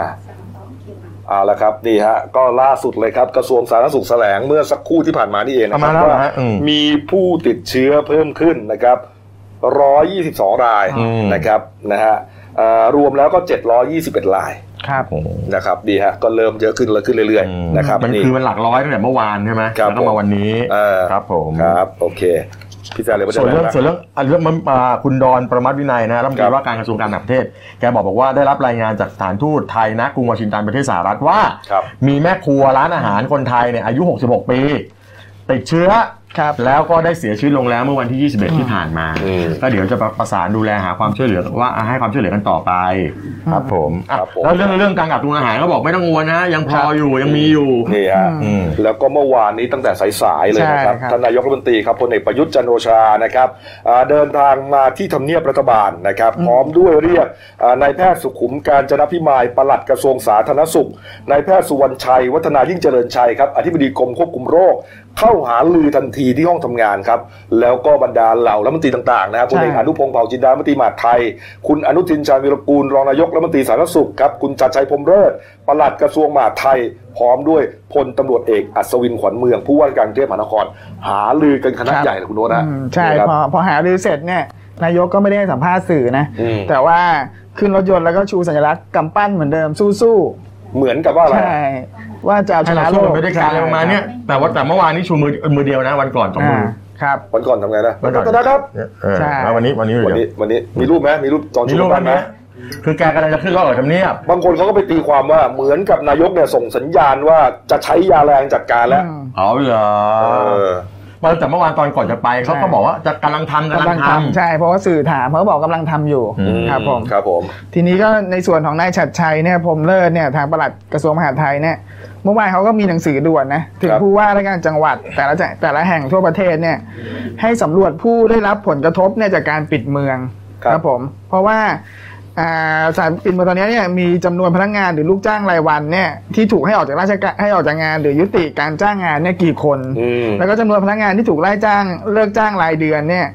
S1: เอาละครับนี่ฮะก็ล่าสุดเลยครับกระทรวงสาธารณสุขแถลงเมื่อสักครู่ที่ผ่านมานี่เองนะค
S2: ป
S1: รั
S2: ระมาณแล้วเหรอ
S1: ว่า
S2: ฮะอืม
S1: มีผู้ติดเชื้อเพิ่มขึ้นนะครับ 122 ราย
S2: อืม
S1: นะครับนะฮะเอ่อรวมแล้วก็ 721 ราย
S3: ครับ
S2: โอ้โห
S1: นะครับดีฮะก็เริ่มเยอะขึ้นเยอะขึ้นเรื่อยๆนะครับ
S2: มัน
S1: นี่
S2: คือมันหลักร้อยตั้งแต่เมื่อวานใช่ไหม
S1: ครับ
S2: แล้วก็
S1: ผม
S2: มาวันนี้
S1: เออ
S2: ครับผม
S1: ครับโอเคพี่แซนเลยว่าจะ
S2: ส่วนเรื่อง
S1: อะไรนะ
S2: ส่วนเรื่องอันเรื่องมันอ่าคุณดอนประมัติวินัยนะรัฐมนต
S1: ครั
S2: รี
S1: บ
S2: ว่าการกระทรวงการต่างประเทศ แกบอกบอกว่าได้รับรายงานจากสถานทูตไทยนะกรุงวอชิงตันประเทศสหรัฐว่า
S1: ครับ
S2: มีแม่ครัวร้านอาหารคนไทยเนี่ยอายุ 66 ปี ติดเชื้อ
S3: ครับ
S2: แล้วก็ได้เสียชีวิตลงแล้วเมื่อวันที่ 21 ที่ผ่านมา
S1: อืม
S2: ก็เดี๋ยวจะประสานดูแลหาความช่วยเหลือว่าให้ความช่วยเหลือกันต่อไป ครับผมอ่ะ
S1: ครับผม
S2: แล้วเรื่องเรื่องการกักตุนอาหารก็บอกไม่ต้องกังวลนะ ยังพออยู่ยังมีอยู่
S1: นี่ฮะ
S3: อืม
S2: อืม
S1: แล้วก็เมื่อวานนี้ตั้งแต่สายๆเลยนะครับ
S3: ใช่ครับ
S1: ท่านนายกรัฐมนตรีครับพลเอกประยุทธ์จันทร์โอชานะครับอ่าเดินทางมาที่ทำเนียบรัฐบาลนะครับ พร้อมด้วยเรียกอ่านายแพทย์สุขุมการจนพิมายปลัดกระทรวงสาธารณสุขนายแพทย์สุวรรณชัย วัฒนายิ่งเจริญชัยครับอธิบดีกรมควบคุมโรค เข้าหาลือทันทีที่ห้องทำงานครับ แล้วก็บรรดาเหล่ารัฐมนตรีต่างๆนะครับพลเอก
S3: ใช่
S1: อนุพงศ์เผ่าจินดารัฐมนตรีมหาดไทย คุณอนุทินชาญวิรกูลรองนายกรัฐมนตรีสาธารณสุขครับคุณจัดชัยพรหมเลิศปลัดกระทรวงมหาดไทย พร้อมด้วยพลตำรวจเอกอัศวินขวัญเมืองผู้ว่าการกรุงเทพมหานคร หาลือกันคณะใหญ่เลยคุณโน้ตนะ
S3: อืมใช่
S1: ครับ
S3: พอพอหารือเสร็จเนี่ยนายกก็ไม่ได้ให้สัมภาษณ์สื่อนะ
S1: อืม
S3: แต่ว่าขึ้นรถยนต์แล้วก็ชูสัญลักษณ์กำปั้นเหมือนเดิมสู้
S1: เหมือนกับว่า
S3: ๆ
S1: อะไร
S3: ใช่ว่าจะเอาช
S2: ให้
S3: นะ
S2: เรา
S3: โล
S2: สู้
S3: ก
S2: กันไปด้วยกันอะไรประมาณเนี้ยแต่ว่าแต่เมื่อวานนี้ชูมือมือเดียวนะวันก่อนสองมื
S3: อ่า
S2: อ
S3: ครับ
S1: วันก่อนทำไงนะวันก่อนนะครับ
S2: เออ
S3: ใช่
S2: แล้ววันนี้วันนี้
S1: วัน
S2: เดี๋
S1: นี้
S2: ยว
S1: วันนี้มีรูปไหมมีรูปตอน
S2: มี
S1: ชุด
S2: รูป
S1: บ้านไห
S2: ไห
S1: ม
S2: มคือแกกำลังจะขึ้นรถออกทำเนียบ
S1: บางคนเขาก็ไปตีความว่าเหมือนกับนายกเนี่ยส่งสัญญาณว่าจะใช้ยาแรงจัดการแล้ว
S3: อืม
S2: เอาเหรอ
S1: เออ
S2: มาตั้งแต่เมื่อวานตอนก่อนจะไปเขาก็บอกว่าจะกำลังทำกำลั
S3: กำลั
S2: ง
S3: ง
S2: ท
S3: ทำใช่เพราะว่าสื่อถามเขาบอกกำลังทำอยู่
S1: อื
S3: ครับผม
S1: ครับผม
S3: ทีนี้ก็ในส่วนของนายฉัดชัยเนี่ยพรหมเลิศเนี่ยทางปลัดกระทรวงมหาดไทยเนี่ยเมื่อวานเขาก็มีหนังสือด่วนนะถึง
S1: ครับ
S3: ผู้ว่าราชการจังหวัดแต่ละจะแต่ละแห่งทั่วประเทศเนี่ยให้สำรวจผู้ได้รับผลกระทบเนี่ยจากการปิดเมือง
S1: ครับ
S3: ผม เพราะว่าอ่าสถารปิดเมืองตอนนี้เนี่ยมีจำนวนพนักงานหรือลูกจ้างรายวันเนี่ยที่ถูกให้ออกจากราชการให้ออกจากงาน หรือยุติการจ้างงานเนี่ยกี่คน
S1: อืม
S3: แล้วก็จำนวนพนักงานที่ถูกไล่จ้างเลิกจ้างรายเดือนเนี่ย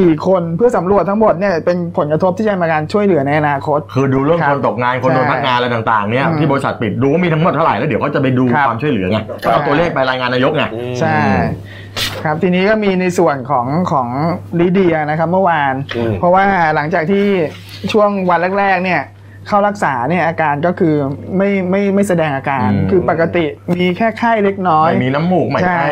S3: กี่คนเพื่อสำรวจทั้งหมดเนี่ยเป็นผลกระทบที่จะมาการช่วยเหลือในอนาคต
S2: ำคือดูเรื่อง
S3: ครั
S2: ค
S3: บ
S2: นตกงานคนโดน
S3: ใช่
S2: พักงานอะไรต่างๆเนี่ย
S3: อืม
S2: ที่บริษัทปิดดูว่ามีทั้งหมดเท่าไหร่แล้วเดี๋ยวก็จะไปดู
S3: ครับ
S2: ความช่วยเหลือไง
S3: ครั
S2: ก็
S3: บ
S2: เอาตัวเลขไปรายงานนายกไง
S3: ใช่ครับทีนี้ก็มีในส่วนของของลิเดียนะครับเมื่อวาน
S1: อืม
S3: เพราะว่าหลังจากที่ช่วงวันแรกๆเนี่ยเข้ารักษาเนี่ยอาการก็คือไม่ไม่ไม่แสดงอาการ
S2: อืม
S3: คือปกติมีแค่ไข้เล็กน้อย
S2: ไม่มีน้ำมูกไม่
S3: ใช่
S2: ไอ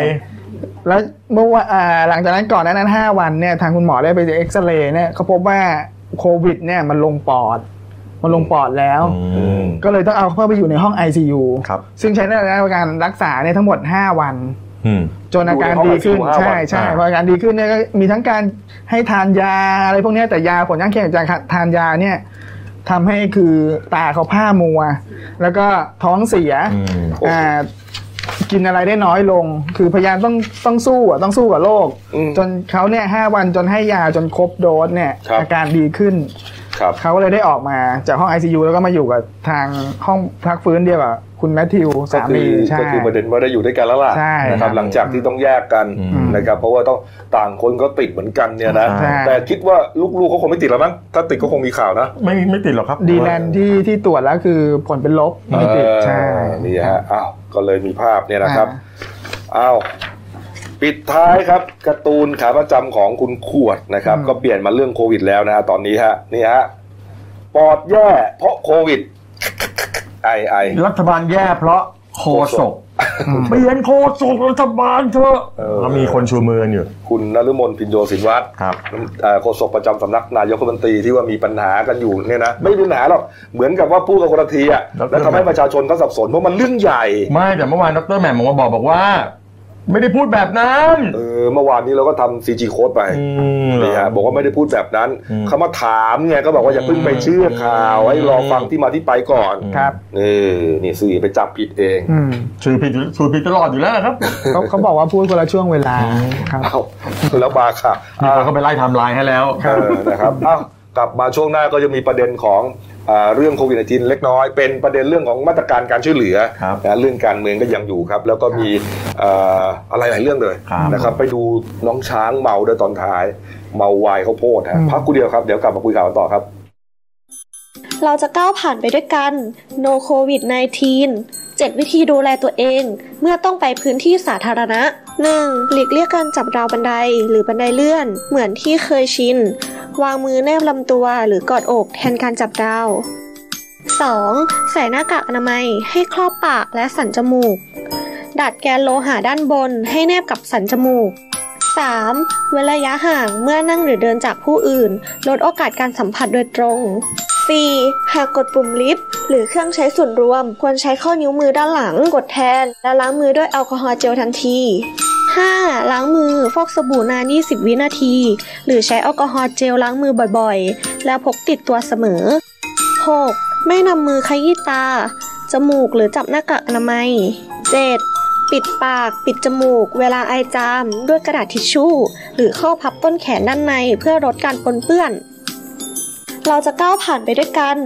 S3: แล้วเมื่อว่าอ่าหลังจากนั้นก่อนหนานั้น 5 วันเนี่ยทางคุณหมอได้ไปเอ็กซเรย์เนี่ยเขาพบว่าโควิดเนี่ยมันลงปอด มันลงปอดแล้ว
S1: อืม
S3: ก็เลยต้องเอาเข้าไปอยู่ในห้อง ICU
S2: ครับ
S3: ซึ่งใช้ในระยะเวลาการรักษาเนี่ยทั้งหมด 5 วัน
S2: อืม
S3: จนอาการดีขึ้น
S1: อยู่ในห้อง ICU ห้าวัน
S3: ใช่ใช่
S2: อ่า
S3: พออาการดีขึ้นเนี่ยก็มีทั้งการให้ทานยาอะไรพวกเนี้ยแต่ยาผลข้างเคียงจากการทานยาเนี่ยทำให้คือตาเขาผ้ามัว แล้วก็ท้องเสีย
S2: อืม
S3: อ่ากินอะไรได้น้อยลง คือพยายามต้องต้องสู้อ่ะต้องสู้กับโรค
S1: อืม
S3: จนเขาเนี่ยห้าวันจนให้ยาจนครบโดสเนี่ย
S1: ครับ
S3: อาการดีขึ้น
S1: ครับ
S3: เขาก็เลยได้ออกมาจากห้อง ICU แล้วก็มาอยู่กับทางห้องพักฟื้นเดียวกับคุณแมทธิว
S1: ก็
S3: สา
S1: คื
S3: มี
S1: อ
S3: ใช่
S1: ก็คือประเด็นว่าได้อยู่ด้วยกันแล้วล่ะ
S3: ใช่
S1: นะครับหลังจากที่ต้องแยกกัน
S2: อืม
S1: นะครับเพราะว่าต้องต่างคนก็ติดเหมือนกันเนี่ยนะ
S2: ใช่
S1: แต่คิดว่าลูกๆเขาคงไม่ติดแล้วมั้งถ้าติดก็คงมีข่าวนะ
S2: ไม่ไม่ติดหรอกครับ
S3: ดีแลนด์ที่ที่ตรวจแล้วคือผลเป็นลบไม่ติดใช่
S1: เออนี่ฮะ อ้าว ก็เลยมีภาพเนี่ยนะครับ อ้าว ปิดท้ายครับการ์ตูนขาประจำของคุณขวดนะครับ
S3: อืม
S1: ก็เปลี่ยนมาเรื่องโควิดแล้วนะฮะตอนนี้ฮะ นี่ฮะ ปอดแย่เพราะโควิด ไอไอ
S2: รัฐบาลแย่เพราะโคศกเปลี่ยนโคศกรัฐบาลเถอะ
S1: เออ
S2: แล้วมีคนชูมือกันอยู่
S1: คุณนฤมลพินโยศินวัตร
S2: ครับ
S1: เอ่อโฆษกประจำสำนักนายกรัฐมนตรีที่ว่ามีปัญหากันอยู่เนี่ยนะ ไม่มีปัญหาหรอก เหมือนกับว่าพูดกับคนละทีอ่ะ แล้วทำให้ประชาชนเขาสับสนเพราะมันเรื่องใหญ่
S2: ไม่แต่เมื่อวานดรแหม่มออกมาบอกบอกว่า ไม่ได้พูดแบบนั้น
S1: เออ เมื่อวานนี้เราก็ทำซีจีโค้ดไป
S2: อืมเหร
S1: นี่ฮะ
S2: อ
S1: บอกว่าไม่ได้พูดแบบนั้น
S2: อืม
S1: เขามาถามไงก็บอกว่าอย่าเพิ่งไปเชื่อข่าว
S2: อืม
S1: ให้รอฟังที่มาที่ไปก่อน
S2: ครับ
S1: เออนี่สื่อไปจับผิดเอง
S3: อืม
S2: ชื่อผิดชื่อผิดตลอดอยู่แล้วนะครับ
S3: เขาเขาบอกว่าพูดคนละช่วงเวลาครับ
S1: เอาแล้วมาค่ะ
S2: มีคนเข้าไปไล่ไทำลายให้แล้ว
S1: เออนะครับ เอากลับมาช่วงหน้าก็จะมีประเด็นของอ่าเรื่องโควิด -19 เล็กน้อย เป็นประเด็นเรื่องของมาตรการการช่วยเหลือ
S2: ครับ
S1: นะเรื่องการเมืองก็ยังอยู่ครับ แล้วก็มีเอ่ออะไรหลายเรื่องเลยนะครับ ไปดูน้องช้างเมาด้วยตอนท้าย เมาวายข้าวโพดฮะ
S3: อืม
S1: พักกูเดียวครับเดี๋ยวกลับมาคุยข่าวกันต่อครับ
S4: เราจะก้าวผ่านไปด้วยกัน No COVID 19 7 วิธีดูแลตัวเอง เมื่อต้องไปพื้นที่สาธารณะ 1. หลีกเลี่ยงการจับราวบันไดหรือบันไดเลื่อน เหมือนที่เคยชิน วางมือแนบลำตัวหรือกอดอกแทนการจับราว 2. ใส่หน้ากากอนามัยให้ครอบปากและสันจมูก ดัดแกนโลหะด้านบนให้แนบกับสันจมูก 3. เว้นระยะห่างเมื่อนั่งหรือเดินจากผู้อื่น ลดโอกาสการสัมผัสโดยตรง 4. หากกดปุ่มลิฟต์หรือเครื่องใช้ส่วนรวม ควรใช้ข้อนิ้วมือด้านหลังกดแทน และล้างมือด้วยแอลกอฮอล์เจลทันที 5. ล้างมือฟอกสบู่นาน 20 วินาที หรือใช้แอลกอฮอล์เจลล้างมือบ่อยๆ แล้วพกติดตัวเสมอ 6. ไม่นำมือขยี้ตา จมูกหรือจับหน้ากากอนามัย 7. ปิดปาก ปิดจมูก เวลาไอจาม ด้วยกระดาษทิชชู่ หรือข้อพับต้นแขนด้านในเพื่อลดการปนเปื้อน เราจะก้าวผ่านไปด้วยกัน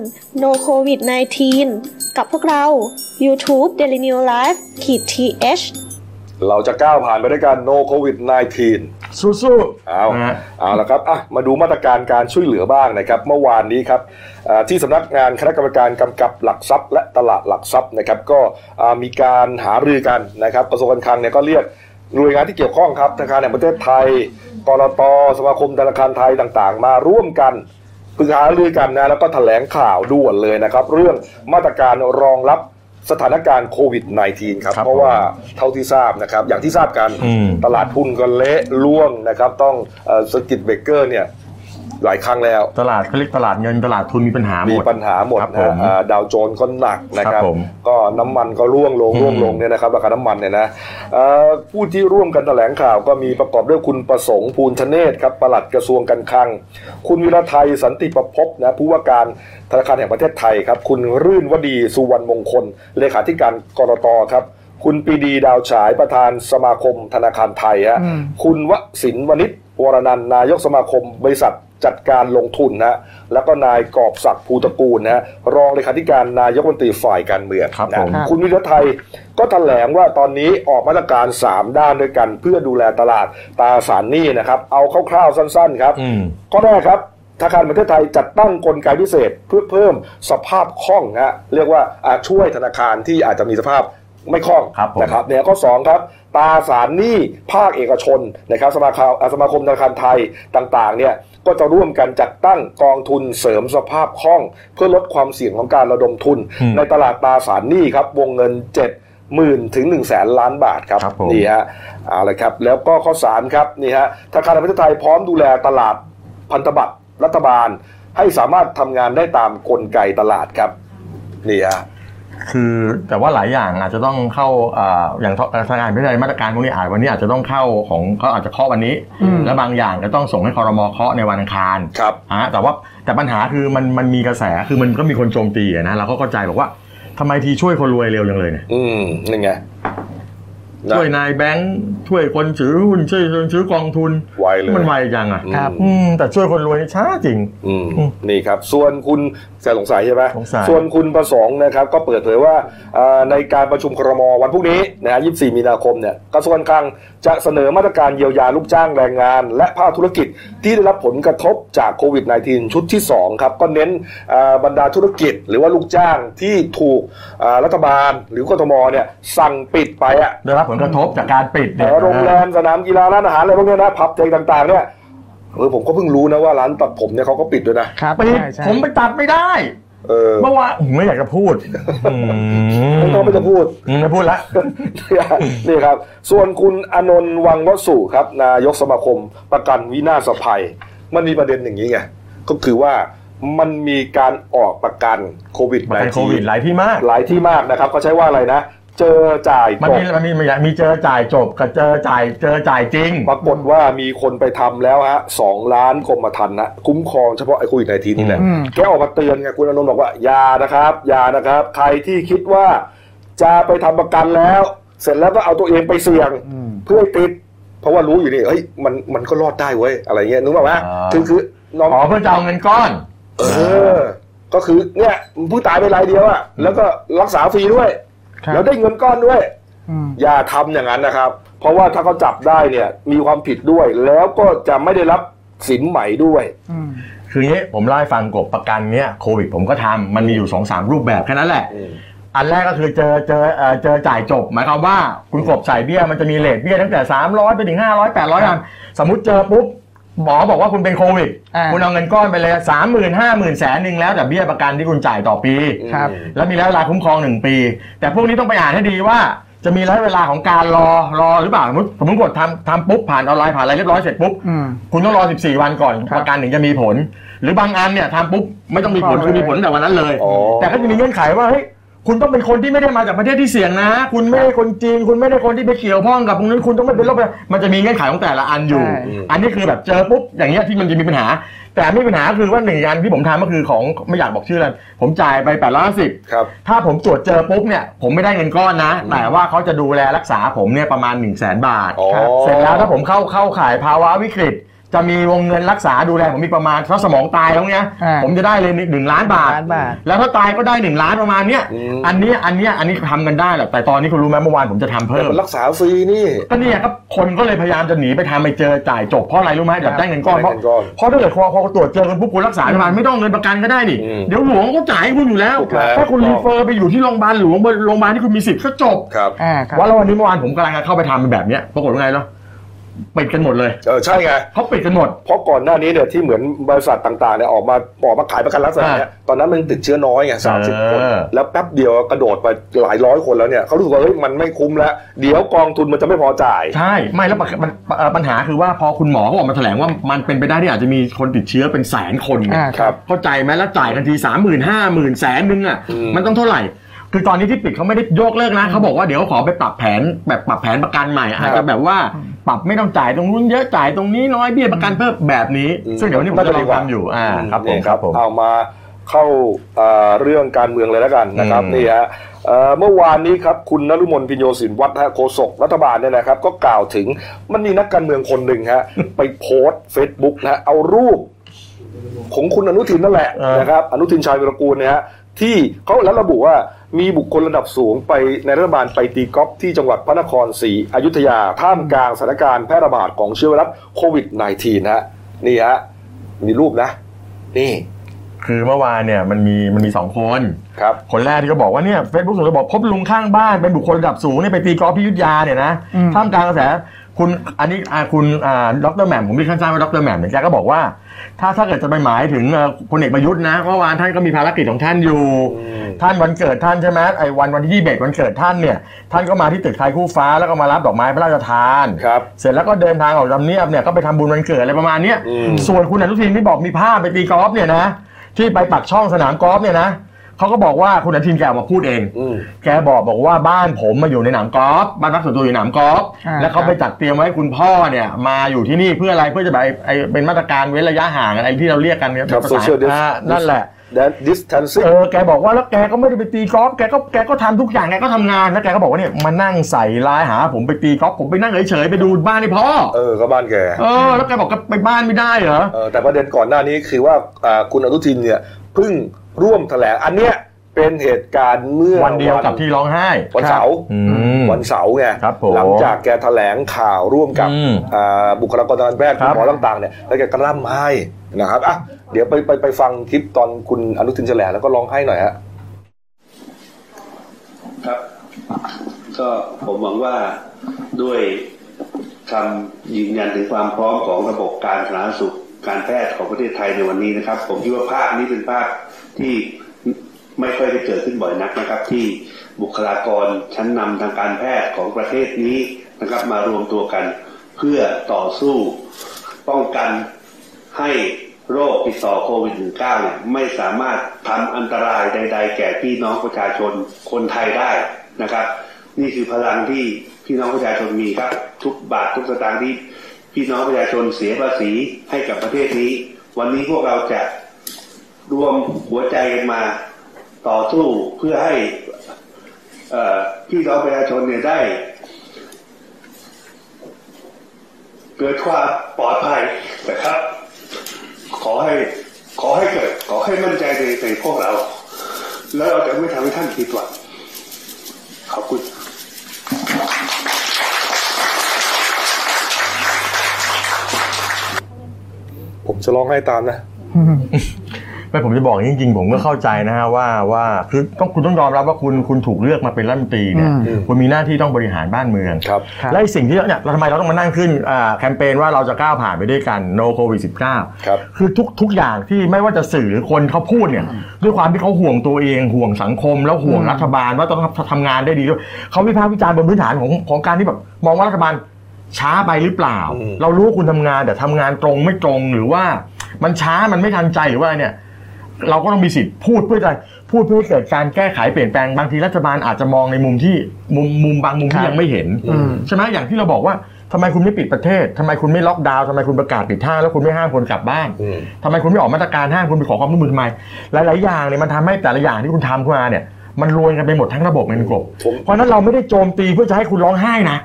S4: No COVID 19 กับพวกเรา YouTube Daily New Life ขีด th
S1: เราจะก้าวผ่านไปด้วยกันโนโควิด -19
S2: สู้ๆ
S1: เอา
S2: นะฮะ
S1: เอาละครับอ่ะมาดูมาตรการการช่วยเหลือบ้างนะครับ เมื่อวานนี้ครับอ่าที่สำนักงานคณะกรรมการกำกับหลักทรัพย์ และตลาดหลักทรัพย์นะครับ ก็อ่ามีการหารือกันนะครับกระทรวงการคลังเนี่ยก็เรียกหน่วยงานที่เกี่ยวข้องครับธนาคารแห่งประเทศไทยกรตสมาคมธนาคารไทยต่างๆ มาร่วมกัน ปรึกษารือกันนะแล้วก็ถแถลงข่าวด่วนเลยนะครับ เรื่องมาตรการรองรับสถานการณ์โควิด -19 ครับ
S2: ครับ
S1: เพราะว่าเท่าที่ทราบนะครับ อย่างที่ทราบกัน
S2: อืม
S1: ตลาดหุ้นก็เละล่วงนะครับ ต้องเอ่อสกิตเบรกเกอร์เนี่ย หลายครั้งแล้ว
S2: ตลาดเขาเรียกตลาดเงินตลาดทุนมีปัญหาหม
S1: มี
S2: ด
S1: ปัญหาหมด
S2: ครับ
S1: นะ
S2: ผม
S1: ฮะอ่าดาวโจนส์ก็หนักนะค
S2: ค
S1: รั
S2: รับ บผม
S1: ก็น้ำมันก็ร่วงลง
S2: อืม
S1: ร่วงลงเนี่ยนะครับราคาน้ำมันเนี่ยนะเอ่อผู้ที่ร่วมกันแถลงข่าวก็มีประกอบด้วยคุณประสงค์ภูลธเนศครับปลัดกระทรวงการคลัง คุณวิรไทยสันติประพบนะผู้ว่าการธนาคารแห่งประเทศไทยครับ คุณรื่นวดีสุวรรณมงคล เลขาธิการกรตครับ คุณปรีดีดาวฉายประธานสมาคมธนาคารไทยฮะ
S3: อืม
S1: คุณวสินวณิชวรนันท์นายกสมาคมบริษัทจัดการลงทุนนะฮะแล้วก็นายกอบศักดิ์ภูตระกูลนะฮะรองเลขาธิการนายกรัฐมนตรีฝ่ายการเมือง
S2: ครับ
S1: นะ
S2: ผม
S1: คุณวิรไทยก็แถลงว่าตอนนี้ออกมาตรการ 3 ด้านด้วยกัน เพื่อดูแลตลาดตราสารหนี้นะครับ เอาคร่าวๆสั้นๆครับ
S2: อืม
S1: ข้อแรกครับธนาคารแห่งประเทศไทยจัดตั้งกลไกพิเศษเพื่อเพิ่มสภาพคล่องฮะเรียกว่าอ่าช่วยธนาคารที่อาจจะมีสภาพไม่คล่อง
S2: ครับผม
S1: นะครับเนี่ยข้อ2ครับตราสารหนี้ภาคเอกชนนะครับสมาคมอ่าสมาคมธนาคารไทยต่างๆเนี่ยก็จะร่วมกันจัดตั้งกองทุนเสริมสภาพคล่อง เพื่อลดความเสี่ยงของการระดมทุน ในตลาดตราสารหนี้ครับวงเงิน 7 หมื่นถึง1นึ่งแสนล้านบาทครับ
S2: ครับผม
S1: นี่ฮะเอาละครับแล้วก็ข้อ 3 ครับนี่ฮะธนาคารแห่งประเทศไทยพร้อมดูแลตลาดพันธบัตรรัฐบาล ให้สามารถทำงานได้ตามกลไกตลาดครับนี่ฮะ
S2: คือแต่ว่าหลายอย่างอาจจะต้องเข้าอ่าอย่างทางการพิจารณามาตรการพวกนี้อาจวันนี้อาจจะต้องเข้าของเขาอาจจะเคาะวันนี้
S3: อืม
S2: และบางอย่างก็ต้องส่งให้คอรมอเคาะในวันอังคาร
S1: ครับ
S2: อ่าแต่ว่าแต่ปัญหาคือมันมันมีกระแสคือมันก็มีคนโจมตีอะนะเราก็เข้าใจบอกว่าทำไมทีช่วยคนรวยเร็วจังเลยเนี่ย
S1: อืมนี่ไงนะ
S2: ช่วยนายแบงค์ช่วยคนถือหุ้นช่วยคนถือกองทุน
S1: ไวเลย
S2: มันไวจังอ่ะ
S1: อืม
S3: ครับ
S2: อืมแต่ช่วยคนรวยนี่ช้าจริง
S1: อืม
S2: อืม
S1: นี่ครับ ส่วนคุณแสนสงสัยใช่ไหม
S2: สงสัย
S1: ส่วนคุณประสงค์นะครับ ก็เปิดเผยว่าอ่าในการประชุมครมวันพรุ่งนี้นะฮะ24 มีนาคมเนี่ยกระทรวงการคลังจะเสนอมาตรการเยียวยาลูกจ้างแรงงาน และภาคธุรกิจที่ได้รับผลกระทบจากโควิด -19 ชุดที่ 2 ครับ ก็เน้นอ่าบรรดาธุรกิจ หรือว่าลูกจ้างที่ถูกอ่ารัฐบาลหรือกทมเนี่ยสั่งปิดไปอ่ะ
S2: ได้รับผลกระทบจากการปิดเนี่ย
S1: โรงแรมสนามกีฬาร้านอาหารอะไรพวกเนี้ยนะผับเจต่างๆเนี่ยเออผมก็เพิ่งรู้นะว่าร้านตัดผมเนี่ยเขาก็ปิดด้วยนะ
S3: ครับ
S2: ปิด
S3: ใช่ใช่
S2: ผมไปตัดไม่ได้
S1: เออ
S2: เมื่อวานผมไม่อยากจะพูดอืม
S1: ไม่ต้องไม่ต้องพูด
S2: ไม่พูดละ
S1: นี่ครับ ส่วนคุณอนนท์วังวสุครับ นายกสมาคมประกันวินาศภัย มันมีประเด็นอย่างนี้ไง ก็คือว่ามันมีการออกประกันโควิด
S2: มันเป็นโควิด
S1: 19
S2: หลายที่มาก
S1: หลายที่มากนะครับเขาใช้ว่าอะไรนะ เจอจ่าย
S2: มัน
S1: จบ
S2: มีมันมีมันมีเจอจ่ายจบกับเจอจ่ายเจอจ่ายจริง
S1: ปรากฏว่ามีคนไปทำแล้วฮะสองล้านกรมธรรม์นะคุ้มครองเฉพาะไอ้โควิดในทีนี่แหละ
S3: อืม
S1: แกออกมาเตือนไงคุณอนนท์บอกว่าอยานะครับอยานะครับ ใครที่คิดว่าจะไปทำประกันแล้ว เสร็จแล้วก็เอาตัวเองไปเสี่ยง เพื่อให้ติด เพราะว่ารู้อยู่นี่เฮ้ยมันมันก็รอดได้เว้ยอะไรเงี้ยนึกออกไหม
S2: อ่า
S1: คือคือน้อง
S2: อ๋อเพื่อจะเอาเงินก้อน
S1: เออ ก็คือเนี่ยผู้ตายไปรายเดียวอะแล้วก็รักษาฟรีด้วย
S3: ครับ
S1: แล้วได้เงินก้อนด้วย
S3: อืม
S1: อย่าทำอย่างนั้นนะครับ เพราะว่าถ้าเขาจับได้เนี่ยมีความผิดด้วย แล้วก็จะไม่ได้รับสินใหม่ด้วย
S3: อืม
S2: คืออย่างงี้ผมเล่าให้ฟังกบประกันเนี้ยโควิดผมก็ทำมันมีอยู่สองสามรูปแบบแค่นั้นแหละ อันแรกก็คือเจอเจอเอ่อเจอจ่ายจบ หมายความว่าคุณกบจ่ายเบี้ยมันจะมีเลทเบี้ยตั้งแต่ 300 ไปถึง 500 800กันสมมติเจอปุ๊บหมอบอกว่าคุณเป็นโควิด
S3: อ่า
S2: คุณเอาเงินก้อนไปเลยสามหมื่นห้าหมื่นแสนหนึ่งแล้วแต่เบี้ยประกันที่คุณจ่ายต่อปี
S3: ครับ
S2: แล้วมีระยะเวลาคุ้มครองหนึ่งปี แต่พวกนี้ต้องไปอ่านให้ดีว่า จะมีระยะเวลาของการรอรอหรือเปล่าสมมติสมมติกดทำทำปุ๊บผ่านออนไลน์ผ่านอะไรเรียบร้อยเสร็จปุ๊บ
S3: อืม
S2: คุณต้องรอ 14 วันก่อน
S3: ครับ
S2: ประกันถึงจะมีผล หรือบางอันเนี่ยทำปุ๊บไม่ต้องมีผล
S3: เข้าเลย
S2: คือมีผลแต่วันนั้นเลย
S1: อ๋อ
S2: แต่ก็จะมีเงื่อนไขว่าเฮ้ยคุณต้องเป็นคนที่ไม่ได้มาจากประเทศที่เสี่ยงนะ คุณไม่ได้คนจีน คุณไม่ได้คนที่ไปเกี่ยวข้องกับพวกนั้นคุณต้องไม่เป็นโรคประมันจะมีเงื่อนไขของแต่ละอันอยู่
S3: ใช่
S2: อันนี้คือแบบเจอปุ๊บอย่างเงี้ยที่มันจะมีปัญหา แต่ไม่มีปัญหาคือว่าหนึ่งอันที่ผมทำก็คือของไม่อยากบอกชื่อเลยผมจ่ายไป8ปดร้อยสิบ
S1: ครับ
S2: ถ้าผมตรวจเจอปุ๊บเนี่ยผมไม่ได้เงินก้อนนะ แต่ว่าเขาจะดูแลรักษาผมเนี่ยประมาณ 1 0 0 0 0แสนบาท
S1: อ๋อ
S2: ครับเสร็จแล้วถ้าผมเข้าเข้าข่ายภาวะวิกฤต จะมีวงเงินรักษาดูแลผมมีประมาณถ้าสมองตายแล้วเนี่ย
S3: อ่า
S2: ผมจะได้เลยหนึ่งล้านบาท
S3: ล้านบาท
S2: แล้วถ้าตายก็ได้ 1 ล้านประมาณเนี้ย
S1: อืม
S2: อันเนี้ยอันเนี้ยอันนี้ทำกันได้แหละแต่ตอนนี้คุณรู้ไหมเมื่อวานผมจะทำ
S1: แต่
S2: เพิ่ม
S1: มันรักษาฟรีนี่
S2: ก็เนี่ยครับคนก็เลยพยายามจะหนีไปทำไปเจอจ่ายจบเพราะอะไรรู้ไหมแบบได้เงินก้อนเพ
S1: ได้
S2: ราะ
S1: เงินก้อน
S2: เพราะถ้าเกิดพอพอตรวจเจอกันปุ๊บคุณรักษาประมาณไม่ต้องเอาเงินประกันก็ได้นี่
S1: อืม
S2: เดี๋ยวหลวงก็จ่ายให้คุณอยู่แล้ว
S1: ถูกแล้ว
S2: ถ้าคุณรีเฟอร์ไปอยู่ที่โรงพยาบาลหลวงโรงพยาบาลที่คุณมีสิทธิ์ก็จบ
S1: ครับ
S3: อ่าครับ
S2: ว่าแล้ววันนี้เมื่อวานผมกำลังจะเข้าไปทำเป็นแบบเนี้ยปรากฏว่าไงเนาะ ปิดกันหมดเลย
S1: เออใช่ไง
S2: เขาปิดกันหมด
S1: เพราะก่อนหน้านี้เนี่ยที่เหมือนบริษัทต่างๆเนี่ยออกมาออกมาขายประกันลักษณะเนี้ยตอนนั้นมันติดเชื้อน้อยไงสามสิบคน
S2: เออ
S1: แล้วแป๊บเดียวกระโดดไปหลายร้อยคนแล้วเนี่ยเขารู้สึกว่าเฮ้ยมันไม่คุ้มแล้ว เดี๋ยวกองทุนมันจะไม่พอจ่าย
S2: ใช่ไม่แล้วปะปะปะเอ่อปัญหาคือว่าพอคุณหมอก็ออกมาแถลงว่ามันเป็นไปได้ที่อาจจะมีคนติดเชื้อเป็นแสนคนไง
S3: อ่า
S1: ครับ
S2: เข้าใจไหมแล้วจ่ายกันทีสามหมื่นห้าหมื่นแสนนึงอ่ะ
S1: อืม
S2: มันต้องเท่าไหร่ คือตอนนี้ที่ปิดเขาไม่ได้ยกเลิกนะเขาบอกว่าเดี๋ยวขอไปปรับแผนแบบปรับแผนประกันใหม่อาจจะแบบว่าปรับไม่ต้องจ่ายตรงนู้นเยอะจ่ายตรงนี้น้อยเบี้ยประกันเพิ่มแบบนี้ ซึ่งเดี๋ยววนนี้ผมจะลองทำอยู่อ่าครับผม
S1: นี่
S2: ครับผม
S1: เอามาเข้าเอ่อเรื่องการเมืองเลยแล้วกันนะครับ
S2: อืม
S1: นี่ฮะเอ่อเมื่อวานนี้ครับคุณนรุมนพิญโยศินวัฒน์ฮะโฆษกรัฐบาลเนี่ยนะครับ ก็กล่าวถึงมันมีนักการเมืองคนหนึ่ง ฮะ ไปโพสต์เฟซบุ๊กนะฮะเอารูป ของคุณอนุทินนั่นแหละ
S2: เออ
S1: นะครับอนุทินชาญวิรกูลเนี่ยฮะที่เขาแล้วระบุว่ามีบุคคลระดับสูงไปในรัฐบาลไปตีกอล์ฟที่จังหวัดพระนครศรีอยุธยาท่ามกลางสถานการณ์แพร่ระบาดของเชื้อไวรัสโควิด -19 นะฮะนี่ฮะมีรูปนะ นี่
S2: คือเมื่อวานเนี่ยมันมีมันมีสองคน
S1: ครับ
S2: คนแรกที่ก็บอกว่าเนี่ยเฟซบุ๊กส่วนตัวบอกพบลุงข้างบ้านเป็นบุคคลระดับสูงเนี่ยไปตีกอล์ฟที่อยุทธยาเนี่ยนะ
S3: อืม
S2: ท่ามกลางกระแสคุณอันนี้อ่าคุณอ่าดรแหม่มผมมีขั้นสั้นว่าดรแหม่มเนี่ยแกก็บอกว่า ถ้าถ้าเกิดจะไปหมายถึงเอ่อพลเอกประยุทธ์นะเมื่อวานท่านก็มีภารกิจของท่านอยู่
S1: อืม
S2: ท่านวันเกิดท่านใช่ไหมไอ้วันวันที่21วันเกิดท่านเนี่ยท่านก็มาที่ตึกไทยคู่ฟ้าแล้วก็มารับดอกไม้พระราชทาน
S1: ครับ
S2: เสร็จแล้วก็เดินทางออกจำเนียบเนี่ยก็ไปทำบุญวันเกิดอะไรประมาณเนี้ย
S1: อืม
S2: ส่วนคุณอนุทินที่บอกมีภาพไปตีกอล์ฟเนี่ยนะ ที่ไปปักช่องสนามกอล์ฟเนี่ยนะเขาก็บอกว่าคุณอนุทินแกออกมาพูดเอง
S1: อืม
S2: แกบอกบอกว่าบ้านผมมาอยู่ในหนามกอล์ฟบ้านพักส่วนตัวอยู่ในหนามกอล์ฟ
S3: อ่า
S2: แล้วเขาไปจัดเตรียมไว้ให้คุณพ่อเนี่ยมาอยู่ที่นี่เพื่ออะไรเพื่อจะแบบไอ้ไอ้เป็นมาตรการเว้นระยะห่างอะไรที่เราเรียกกันเนี่ย
S1: ครับ social
S2: ภาษาอ่านั่นแหละ
S1: that distancing
S2: เออแกบอกว่าแล้วแกก็ไม่ได้ไปตีกอล์ฟแกก็แกก็ทำทุกอย่างแกก็ทำงานแล้วแกก็บอกว่าเนี่ยมานั่งใส่ร้ายหา ผมไปตีกอล์ฟผมไปนั่งเฉยๆไปดูบ้านให้พ่อ
S1: เออก็บ้านแก
S2: เออแล้วแกบอกก็ไปบ้านไม่ได้เหรอ
S1: เออแต่ประเด็นก่อนหน้านี้คือว่าอ่าคุณอนุทินเนี่ยเพิ่งร่วมแถลงอันเนี้ยเป็นเหตุการณ์เมื่อ
S2: วันเดียวกับที่ร้องไห้
S1: วันเสาร์
S2: อืม
S1: วันเสาร์ไง
S2: ครับผม
S1: หลังจากแกถแถลงข่าวร่วมกับ
S2: อืม
S1: อ่าบุคลากรทางการแพทย์
S2: ครับ
S1: หมอต่างๆเนี่ยแล้วแกก็ร่ำไห้นะครับอ่ะเดี๋ยวไปไปไปฟังคลิปตอนคุณอนุทินแถลงแล้วก็ร้องไห้หน่อยฮะ
S5: ครับก็ผมหวังว่าด้วยคำยืนยันถึงความพร้อมของระบบการสาธารณสุขการแพทย์ของประเทศไทยในวันนี้นะครับ ผมคิดว่าภาพนี้เป็นภาพที่ไม่ค่อยได้เกิดขึ้นบ่อยนักนะครับ ที่บุคลากรชั้นนำทางการแพทย์ของประเทศนี้นะครับ มารวมตัวกันเพื่อต่อสู้ป้องกัน ให้โรคติดต่อโควิด -19 เนี่ยไม่สามารถทำอันตรายใด ๆ แก่พี่น้องประชาชนคนไทยได้นะครับ นี่คือพลังที่พี่น้องประชาชนมีครับ ทุกบาททุกสตางค์ที่พี่น้องประชาชนเสียภาษีให้กับประเทศนี้ วันนี้พวกเราจะรวมหัวใจกันมาต่อสู้เพื่อให้เอ่อพี่น้องประชาชนเนี่ยได้ เกิดความปลอดภัยนะครับ ขอให้ขอให้เกิด ขอให้มั่นใจในในพวกเรา แล้วเราจะไม่ทำให้ท่านผิดหวังขอบคุณ
S1: ผมจะร้องไห้ตามนะ
S3: อืม
S2: ไม่ผมจะบอกอย่างนี้จริงๆ ผมก็เข้าใจนะฮะว่าว่าคือต้องคุณต้องยอมรับว่าคุณคุณถูกเลือกมาเป็นรัฐมนตรีเนี่ย
S3: อืม
S2: คุณมีหน้าที่ต้องบริหารบ้านเมือง
S1: ครับ
S3: ครับ
S2: และไอ้สิ่งที่เนี่ยเราทำไมเราต้องมานั่งขึ้นอ่าแคมเปญว่าเราจะก้าวผ่านไปด้วยกัน no covid 19
S1: ครับ
S2: คือทุกทุกอย่างที่ไม่ว่าจะสื่อหรือคนเขาพูดเนี่ยด้วยความที่เขาห่วงตัวเองห่วงสังคม แล้วห่วงรัฐบาลว่าต้องทำงานได้ดีด้วยเขาวิพากษ์วิจารณ์บนพื้นฐานของของการที่แบบมองว่ารัฐบาลช้าไปหรือเปล่า
S1: อืม
S2: เรารู้ว่าคุณทำงานแต่ทำงานตรงไม่ตรงหรือว่ามันช้ามันไม่ทันใจหรือว่าอะไรเนี่ย เราก็ต้องมีสิทธิ์พูดเพื่ออะไรพูดเพื่อให้เกิดการแก้ไขเปลี่ยนแปลงบางทีรัฐบาลอาจจะมองในมุมที่มุมมุมบางมุมที่ยังไม่เห็น
S3: อืม
S2: ใช่ไหมอย่างที่เราบอกว่าทำไมคุณไม่ปิดประเทศทำไมคุณไม่ล็อกดาวน์ทำไมคุณประกาศปิดท่างแล้วคุณไม่ห้ามคนกลับบ้าน
S1: อืม
S2: ทำไมคุณไม่ออกมาตรการห้ามคุณไปขอความร่วมมือทำไมหลาย ๆ อย่างเนี่ยมันทำให้แต่ละอย่างที่คุณทำขึ้นมาเนี่ย มันรวนกันไปหมดทั้งระบบเงินกบ
S1: ผม
S2: เพราะฉะนั้นเราไม่ได้โจมตีเพื่อจะให้คุณร้องไห้นะ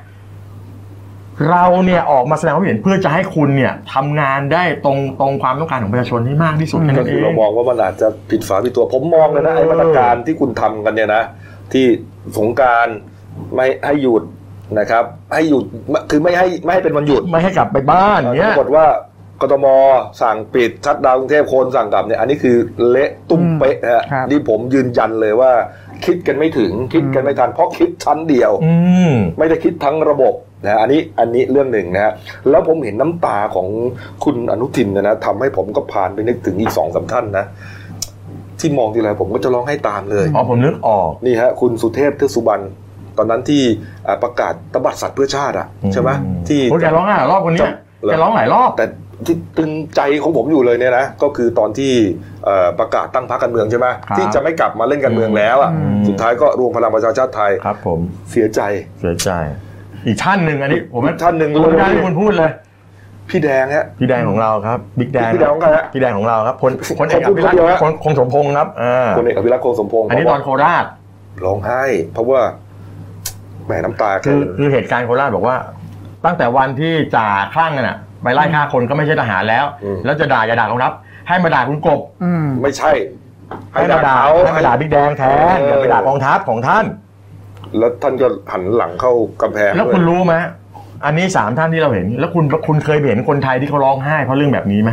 S2: เราเนี่ยออกมาแสดงความเห็นเพื่อจะให้คุณเนี่ยทำงานได้ตรงตรงความต้องการของประชาชนให้มากที่สุดแค่
S1: ก็
S2: นั้น
S1: คื
S2: เอ
S1: อเรา
S2: ง
S1: มองว่ามันอาจจะผิดฝาผิดตัวผมมองเลยนะไอ้มาตรการที่คุณทำกันเนี่ยนะ ที่สงกรารไม่ให้หยุดนะครับ ให้หยุดคือไม่ให้ไม่ให้เป็นวันหยุด
S2: ไม่ให้กลับไปบ้าน
S1: ป
S2: เนี้ย
S1: รากฏว่ากทมสั่งปิดชัดดาวน์กรุงเทพโคนสั่งกลับเนี่ยอันนี้คือเละตุ้ม
S3: อืม
S1: เป๊ะนะฮะ
S3: ครับ
S1: นี่ผมยืนยันเลยว่า คิดกันไม่ถึงคิดกันไม่ทันเพราะคิดชั้นเดียว
S6: อืม
S1: ไม่ได้คิดทั้งระบบนะอันนี้อันนี้เรื่องหนึ่งนะฮะแล้วผมเห็นน้ำตาของคุณอนุทินนะนะทำให้ผมก็ผ่านไปนึกถึงอีกสองสามท่านนะ ที่มองทีไรผมก็จะร้องให้ตามเลย
S6: อ๋อผมนึกออก
S1: นี่ฮะคุณสุเทพเทือกสุบรรณตอนนั้นที่อ่าประกาศตบัดสัตว์เพื่อชาติอ่ะใช่ไหม
S6: อืม
S1: ที่
S2: โอ้ยแกร้องหลายรอบคนเนี้ย
S1: เหรอ
S2: แกร้องหลายรอบ
S1: แต่ที่ตึงใจของผมอยู่เลยเนี่ยนะก็คือตอนที่เอ่อประกาศตั้งพรรคการเมืองใช่ไหม
S2: ครับ
S1: ที่จะไม่กลับมาเล่นการเมืองแล้วอ่ะ
S3: อื
S6: ม
S1: สุดท้ายก็รวมพลังประชาชาติไทย
S6: ครับผม
S1: เสียใจ
S6: เสียใจ
S2: อีกท่านหนึ่งอันนี้ ผม
S1: อีกท่านหนึ่ง
S2: ผมได้ที่คุณพูดเลย
S1: พี่แดงฮะ
S6: พี่แดงของเราครับ บิ๊กแดง
S1: พี่แดงของใครฮะ
S6: พี่แดงของเราครับพลพลเอก
S1: ข
S6: อ
S1: อบคุ
S6: ภิ
S1: ณ
S6: รัต
S1: คนเดียวฮะ
S6: คงคงสมพงษ์ครับอ่า
S1: คนเอกอภิรักษ์คงสมพงษ์
S2: อันนี้
S1: บ
S2: ต
S1: ก
S2: อน
S1: ว่า
S2: โคราช
S1: ร้องไห้ เพราะว่าแหมน้ำตาแก
S2: คือคือเหตุการณ์โคราชบอกว่า ตั้งแต่วันที่จ่าคลั่งน่ะไปไล่ฆ่าคนก็ไม่ใช่ทหารแล้ว แล้วจะด่าอย่าด่าเขารับ ให้มาด่าคุณกบ
S3: อืม
S1: ไม่ใช่
S6: ให้มาด่า
S1: เขา
S6: ให้มาด่าบิ๊กแดงแทนอย่าไปด่ากองทัพของท่าน
S1: แล้วท่านก็หันหลังเข้ากำแพง
S2: แล้ว
S1: ด้วย
S2: คุณรู้ไหมอันนี้สามท่านที่เราเห็น แล้วคุณคุณเคยเห็นคนไทยที่เขาร้องไห้เพราะเรื่องแบบนี้ไหม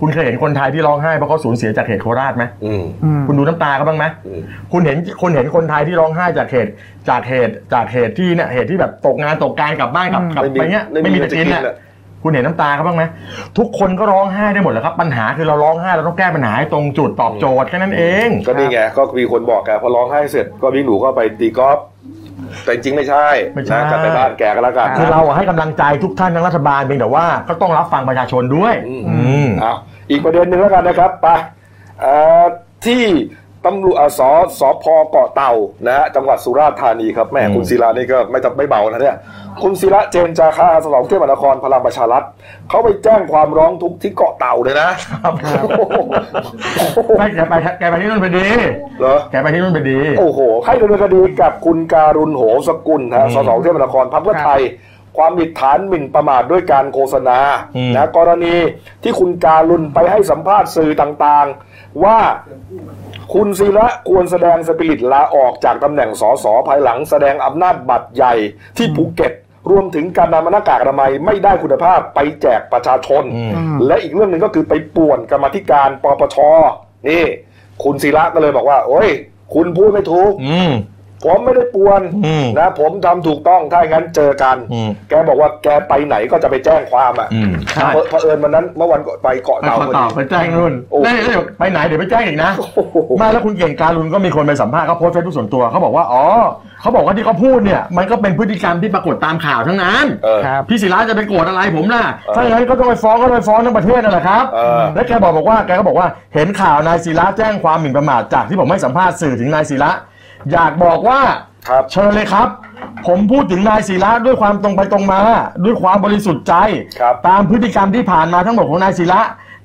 S2: คุณเคยเห็นคนไทยที่ร้องไห้เพราะเขาสูญเสียจากเหตุโคราชไหม
S1: อืม
S3: อืม
S2: คุณดูน้ำตาเขาบ้างไหม
S1: อืม
S2: คุณเห็นคุณเห็นคนไทยที่ร้องไห้จากเหตุจากเหตุจากเหตุที่เนี่ยเหตุที่แบบตกงานตกการกลับบ้านกลับ
S3: อืม
S2: กลับไปเงี้ยไม่มี
S1: เงิ
S2: จะกิน
S1: อ
S2: อ่ะคุณเห็นน้ำตาเขาบ้างไหมทุกคนก็ร้องไห้ได้หมดแหล้วครับปัญหาคือเราร้องไห้เราต้องแก้ปัญหาให้ตรงจุดตอบโจทย์แค่นั้นเอง
S1: ก็นี่ไงก็มีคนบอกแกพอร้องไห้เสร็จก็วิ่งหนูก็ไปตีกอล์ฟแต่จริงๆไม่ใช่นะกลับไปบ้านแกก็แล้วกัน
S2: คือ
S1: นะ
S2: เราอะให้กำลังใจทุกท่านทั้งรัฐบาลเพียงแต่ว่าก็ต้องรับฟังประชาชนด้วย
S1: อืม
S6: อืม
S1: อ่ะอีกประเด็นหนึ่งแล้วกันนะครับไปเอ่อที่ตำรวจอ่ะสสพเกาะเต่านะฮะจังหวัดสุราษฎร์ธานีครับแม่
S6: อืม
S1: คุณศิลานี่ก็ไม่ตับไม่เบานะเนี่ยคุณศิระเจนจาคาอาสาสมัครกรุงเทพมหานครพลังประชารัฐเขาไปแจ้งความร้องทุกข์ที่เกาะเต่าเลยนะโอ้โห
S2: ไม่แกไปแกไปที่นู่นไปดี
S1: เหรอ
S2: แกไปที่นู่นไปดี
S1: โอ้โห ให้ดำเนินคดีกับคุณการุณโหสกุลนะฮะสสกรุงเทพมหานครพรรคเพื่อไทย ความผิดฐานหมิ่นประมาทด้วยการโฆษณา
S6: อืม
S1: นะกรณีที่คุณการุณไปให้สัมภาษณ์สื่อต่างๆ ว่า คุณศิระควรแสดงสปิริตลาออกจากตำแหน่งสสภายหลังแสดงอำนาจบัตรใหญ่ที่ภูเก็ต รวมถึงการนำหน้ากากอนามัยไม่ได้คุณภาพไปแจกประชาชน และอีกเรื่องหนึ่งก็คือไปป่วนกรรมาธิการปปชนี่ คุณศิระก็เลยบอกว่า โอ้ย คุณพูดไม่ถูก
S6: อืม
S1: ผมไม่ได้ป่วน
S6: อืม
S1: นะ ผมทำถูกต้องถ้าอย่างนั้นเจอกัน
S6: อืม
S1: แกบอกว่าแกไปไหนก็จะไปแจ้งความอ่ะ
S6: อืม
S2: ใช่
S1: เผเผอิญวันนั้นเมื่อวันก่อนไปเกาะ
S2: ไป
S1: เต่า
S2: ขอ
S1: พอ
S2: ตอบ
S1: ดี
S2: ไปแจ้งนู่น
S1: โอ้
S2: ได้ได้ไปไหนเดี๋ยวไปแจ้งอีกนะ
S1: โอ้โห
S2: ไม่แล้วคุณเก่งการุณก็มีคนไปสัมภาษณ์เขาโพสต์เฟซบุ๊กส่วนตัวเขาบอกว่าอ๋อเขาบอกว่าที่เขาพูดเนี่ย มันก็เป็นพฤติกรรมที่ปรากฏตามข่าวทั้งนั้น
S1: เออ
S3: ครับ
S2: พี่ศิระจะไปโกรธอะไรผมล่ะถ้าอย่างนั้นก็ต้องไปฟ้องก็ต้องไปฟ้องทั้งประเทศนั่นแหละครับ
S1: เออ
S2: แล้วแกบอกบอกว่าแกก็บอกว่าเห็นข่าวนายศิระแจ้งความหมิ่นประมาทจากที่ผมให้สัมภาษณ์สื่อถึงนายศิระอยากบอกว่า
S1: ครับ
S2: เชิญเลยครับ ผมพูดถึงนายศิระด้วยความตรงไปตรงมา ด้วยความบริสุทธิ์ใจ
S1: ครับ
S2: ตามพฤติกรรมที่ผ่านมาทั้งหมดของนายศิระ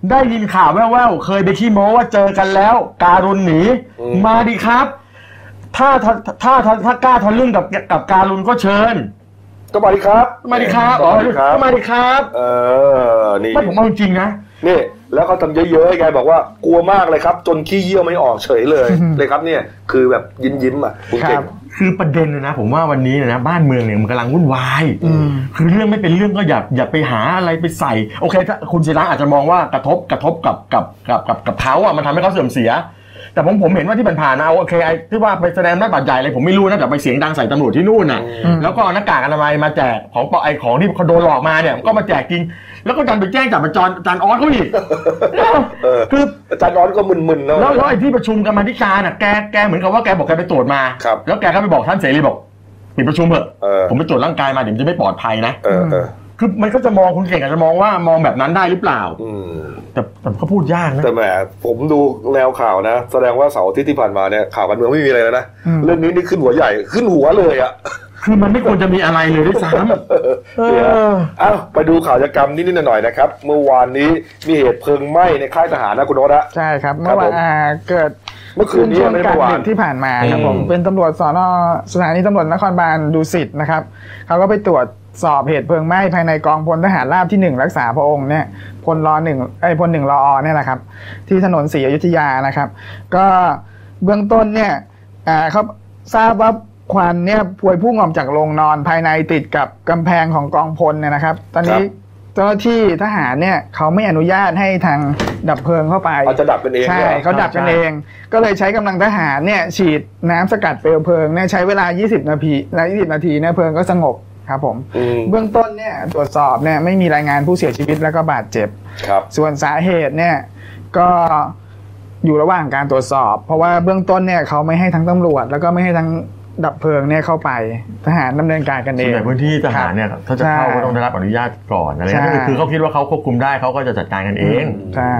S2: ได้ยินข่าวแว่วๆเคยไปขี้โม้ว่าเจอกันแล้ว การุณหนีมาดีครับ ถ้าถ้าถ้าถ้าถ้ากล้าทะลึ่งกับกับการุณก็เชิญ
S1: ก็มาดีครับ
S2: มาดีครับ
S1: ก็มาดีครับ
S2: ก็มาดีครับ
S1: เออ นี่
S2: ไม่ผมเอาจริงๆนะ
S1: นี่ แล้วเขาทำเยอะๆไงบอกว่ากลัวมากเลยครับ จนขี้เยี่ยวไม่ออกเฉยเลย เลยครับเนี่ย คือแบบยิ้มยิ้มๆอ่ะคุณเก่ง
S2: คือประเด็นเลยนะ ผมว่าวันนี้เนี่ยนะบ้านเมืองเนี่ยมันกำลังวุ่นวายคือเรื่องไม่เป็นเรื่องก็อย่าอย่าไปหาอะไรไปใส่ โอเคถ้าคุณศิระอาจจะมองว่ากระทบกระทบกับกับกับกับกับเขาอ่ะมันทำให้เขาเสื่อมเสีย แต่ผมผมเห็นว่าที่ผ่านๆนะเอาโอเคไอ้ที่ว่าไปแสดงหน้าบาดใหญ่อะไรผมไม่รู้นะแต่ไปเสียงดังใส่ตำรวจที่นู่นน่ะแล้วก็เอาหน้ากากอนามัยมาแจกของปอไอของที่เขาโดนหลอกมาเนี่ยก็มาแจกจริง แล้วก็ดันไปแจ้งจับประจรอาจารย์ออสเขาอีก
S1: เออ
S2: คือ
S1: อาจารย์ร้อนก็มึนๆแล้ว
S2: แล้วแล้ว
S1: นะ
S2: ไอ้ที่ประชุมกรรมาธิการน่ะแกแกเหมือนกับว่าแกบอกแกไปตรวจมา
S1: ครับ
S2: แล้วแกก็ไปบอกท่านเสรีบอกปิดประชุมเถอะ
S1: เออ
S2: ผมไปตรวจร่างกายมาเดี๋ยวมันจะไม่ปลอดภัยนะ
S1: เออเออ
S2: คือมันก็จะมองคุณเก่งอาจจะมองว่ามองแบบนั้นได้หรือเปล่า
S1: อืม
S2: แต่แต่ก็พูดยากนะ
S1: แต่แหมผมดูแนวข่าวนะ แสดงว่าเสาร์อาทิตย์ที่ผ่านมาเนี่ยข่าวการเมืองไม่มีอะไรแล้วนะ
S3: อืม
S1: เรื่องนี้นี่ขึ้นหัวใหญ่ขึ้นหัวเลยอ่ะ
S2: คือมันไม่ควรจะมีอะไรเลยด้วยซ้ำ
S1: เดี๋ยวเอ้าไปดูข่าวกรรมนิดๆหน่อยๆนะครับ เมื่อวานนี้มีเหตุเพลิงไหม้ในค่ายทหารนะคุณโนรนะ
S3: ใช่ครับ เมื่อ
S1: ครับผ
S3: วาน
S1: ม
S3: อ่าเกิด
S1: เมื่อคื
S3: ขึ้
S1: น
S3: น
S1: นี้
S3: ช่วง
S1: ไม่
S3: กลา
S1: เมื่อ
S3: ง
S1: วา
S3: ดึ
S1: น
S3: กที่ผ่านมาครับผม
S1: อืม
S3: เป็นตำรวจสอนอสถานีตำรวจนครบาลดุสิตนะครับเขาก็ไปตรวจสอบเหตุเพลิงไหม้ภายในกองพลทหารราบที่หนึ่งรักษาพระองค์เนี่ยพลรอหนึ่งไอยพลหนึ่งรออเนี่ยแหละครับ ที่ถนนศรีอยุธยานะครับ ก็เบื้องต้นเนี่ยอ่าเขาทราบว่าควันเนี่ยพวยพุ่งออกจากโรงนอนภายในติดกับกำแพงของกองพลเนี่ยนะครับ ตอนนี้ เจ้าหน้าที่ทหารเนี่ยเขาไม่อนุญาตให้ทางดับเพลิงเข้าไป
S1: อาจจะดับเป็นเอง
S3: ใช่
S1: เนี่ย
S3: เขาดับกันเอง ก็เลยใช้กำลังทหารเนี่ยฉีดน้ำสกัดเปลวเพลิงเนี่ยใช้เวลา 20 นาทีนะ20 นาทีเนี่ยเพลิงก็สงบครับผม
S1: อืม
S3: เบื้องต้นเนี่ยตรวจสอบเนี่ยไม่มีรายงานผู้เสียชีวิตแล้วก็บาดเจ็บ
S1: ครับ
S3: ส่วนสาเหตุเนี่ยก็อยู่ระหว่างการตรวจสอบ เพราะว่าเบื้องต้นเนี่ยเขาไม่ให้ทั้งตำรวจ แล้วก็ไม่ให้ทั้งดับเพลิงเนี่ยเข้าไปทหารดำเนินการกันเอ
S2: ส่วน
S3: ง
S2: ใหญ่พื้นที่ทหารเนี่ยถ้าจะเข้า
S3: ใช่
S2: ก็ต้องได้รับอนุญาตก่อนอะไร
S3: ใช่
S2: เงี้ยคือเขาคิดว่าเขาควบคุมได้เขาก็จะจัดการกันเอง
S3: ใช่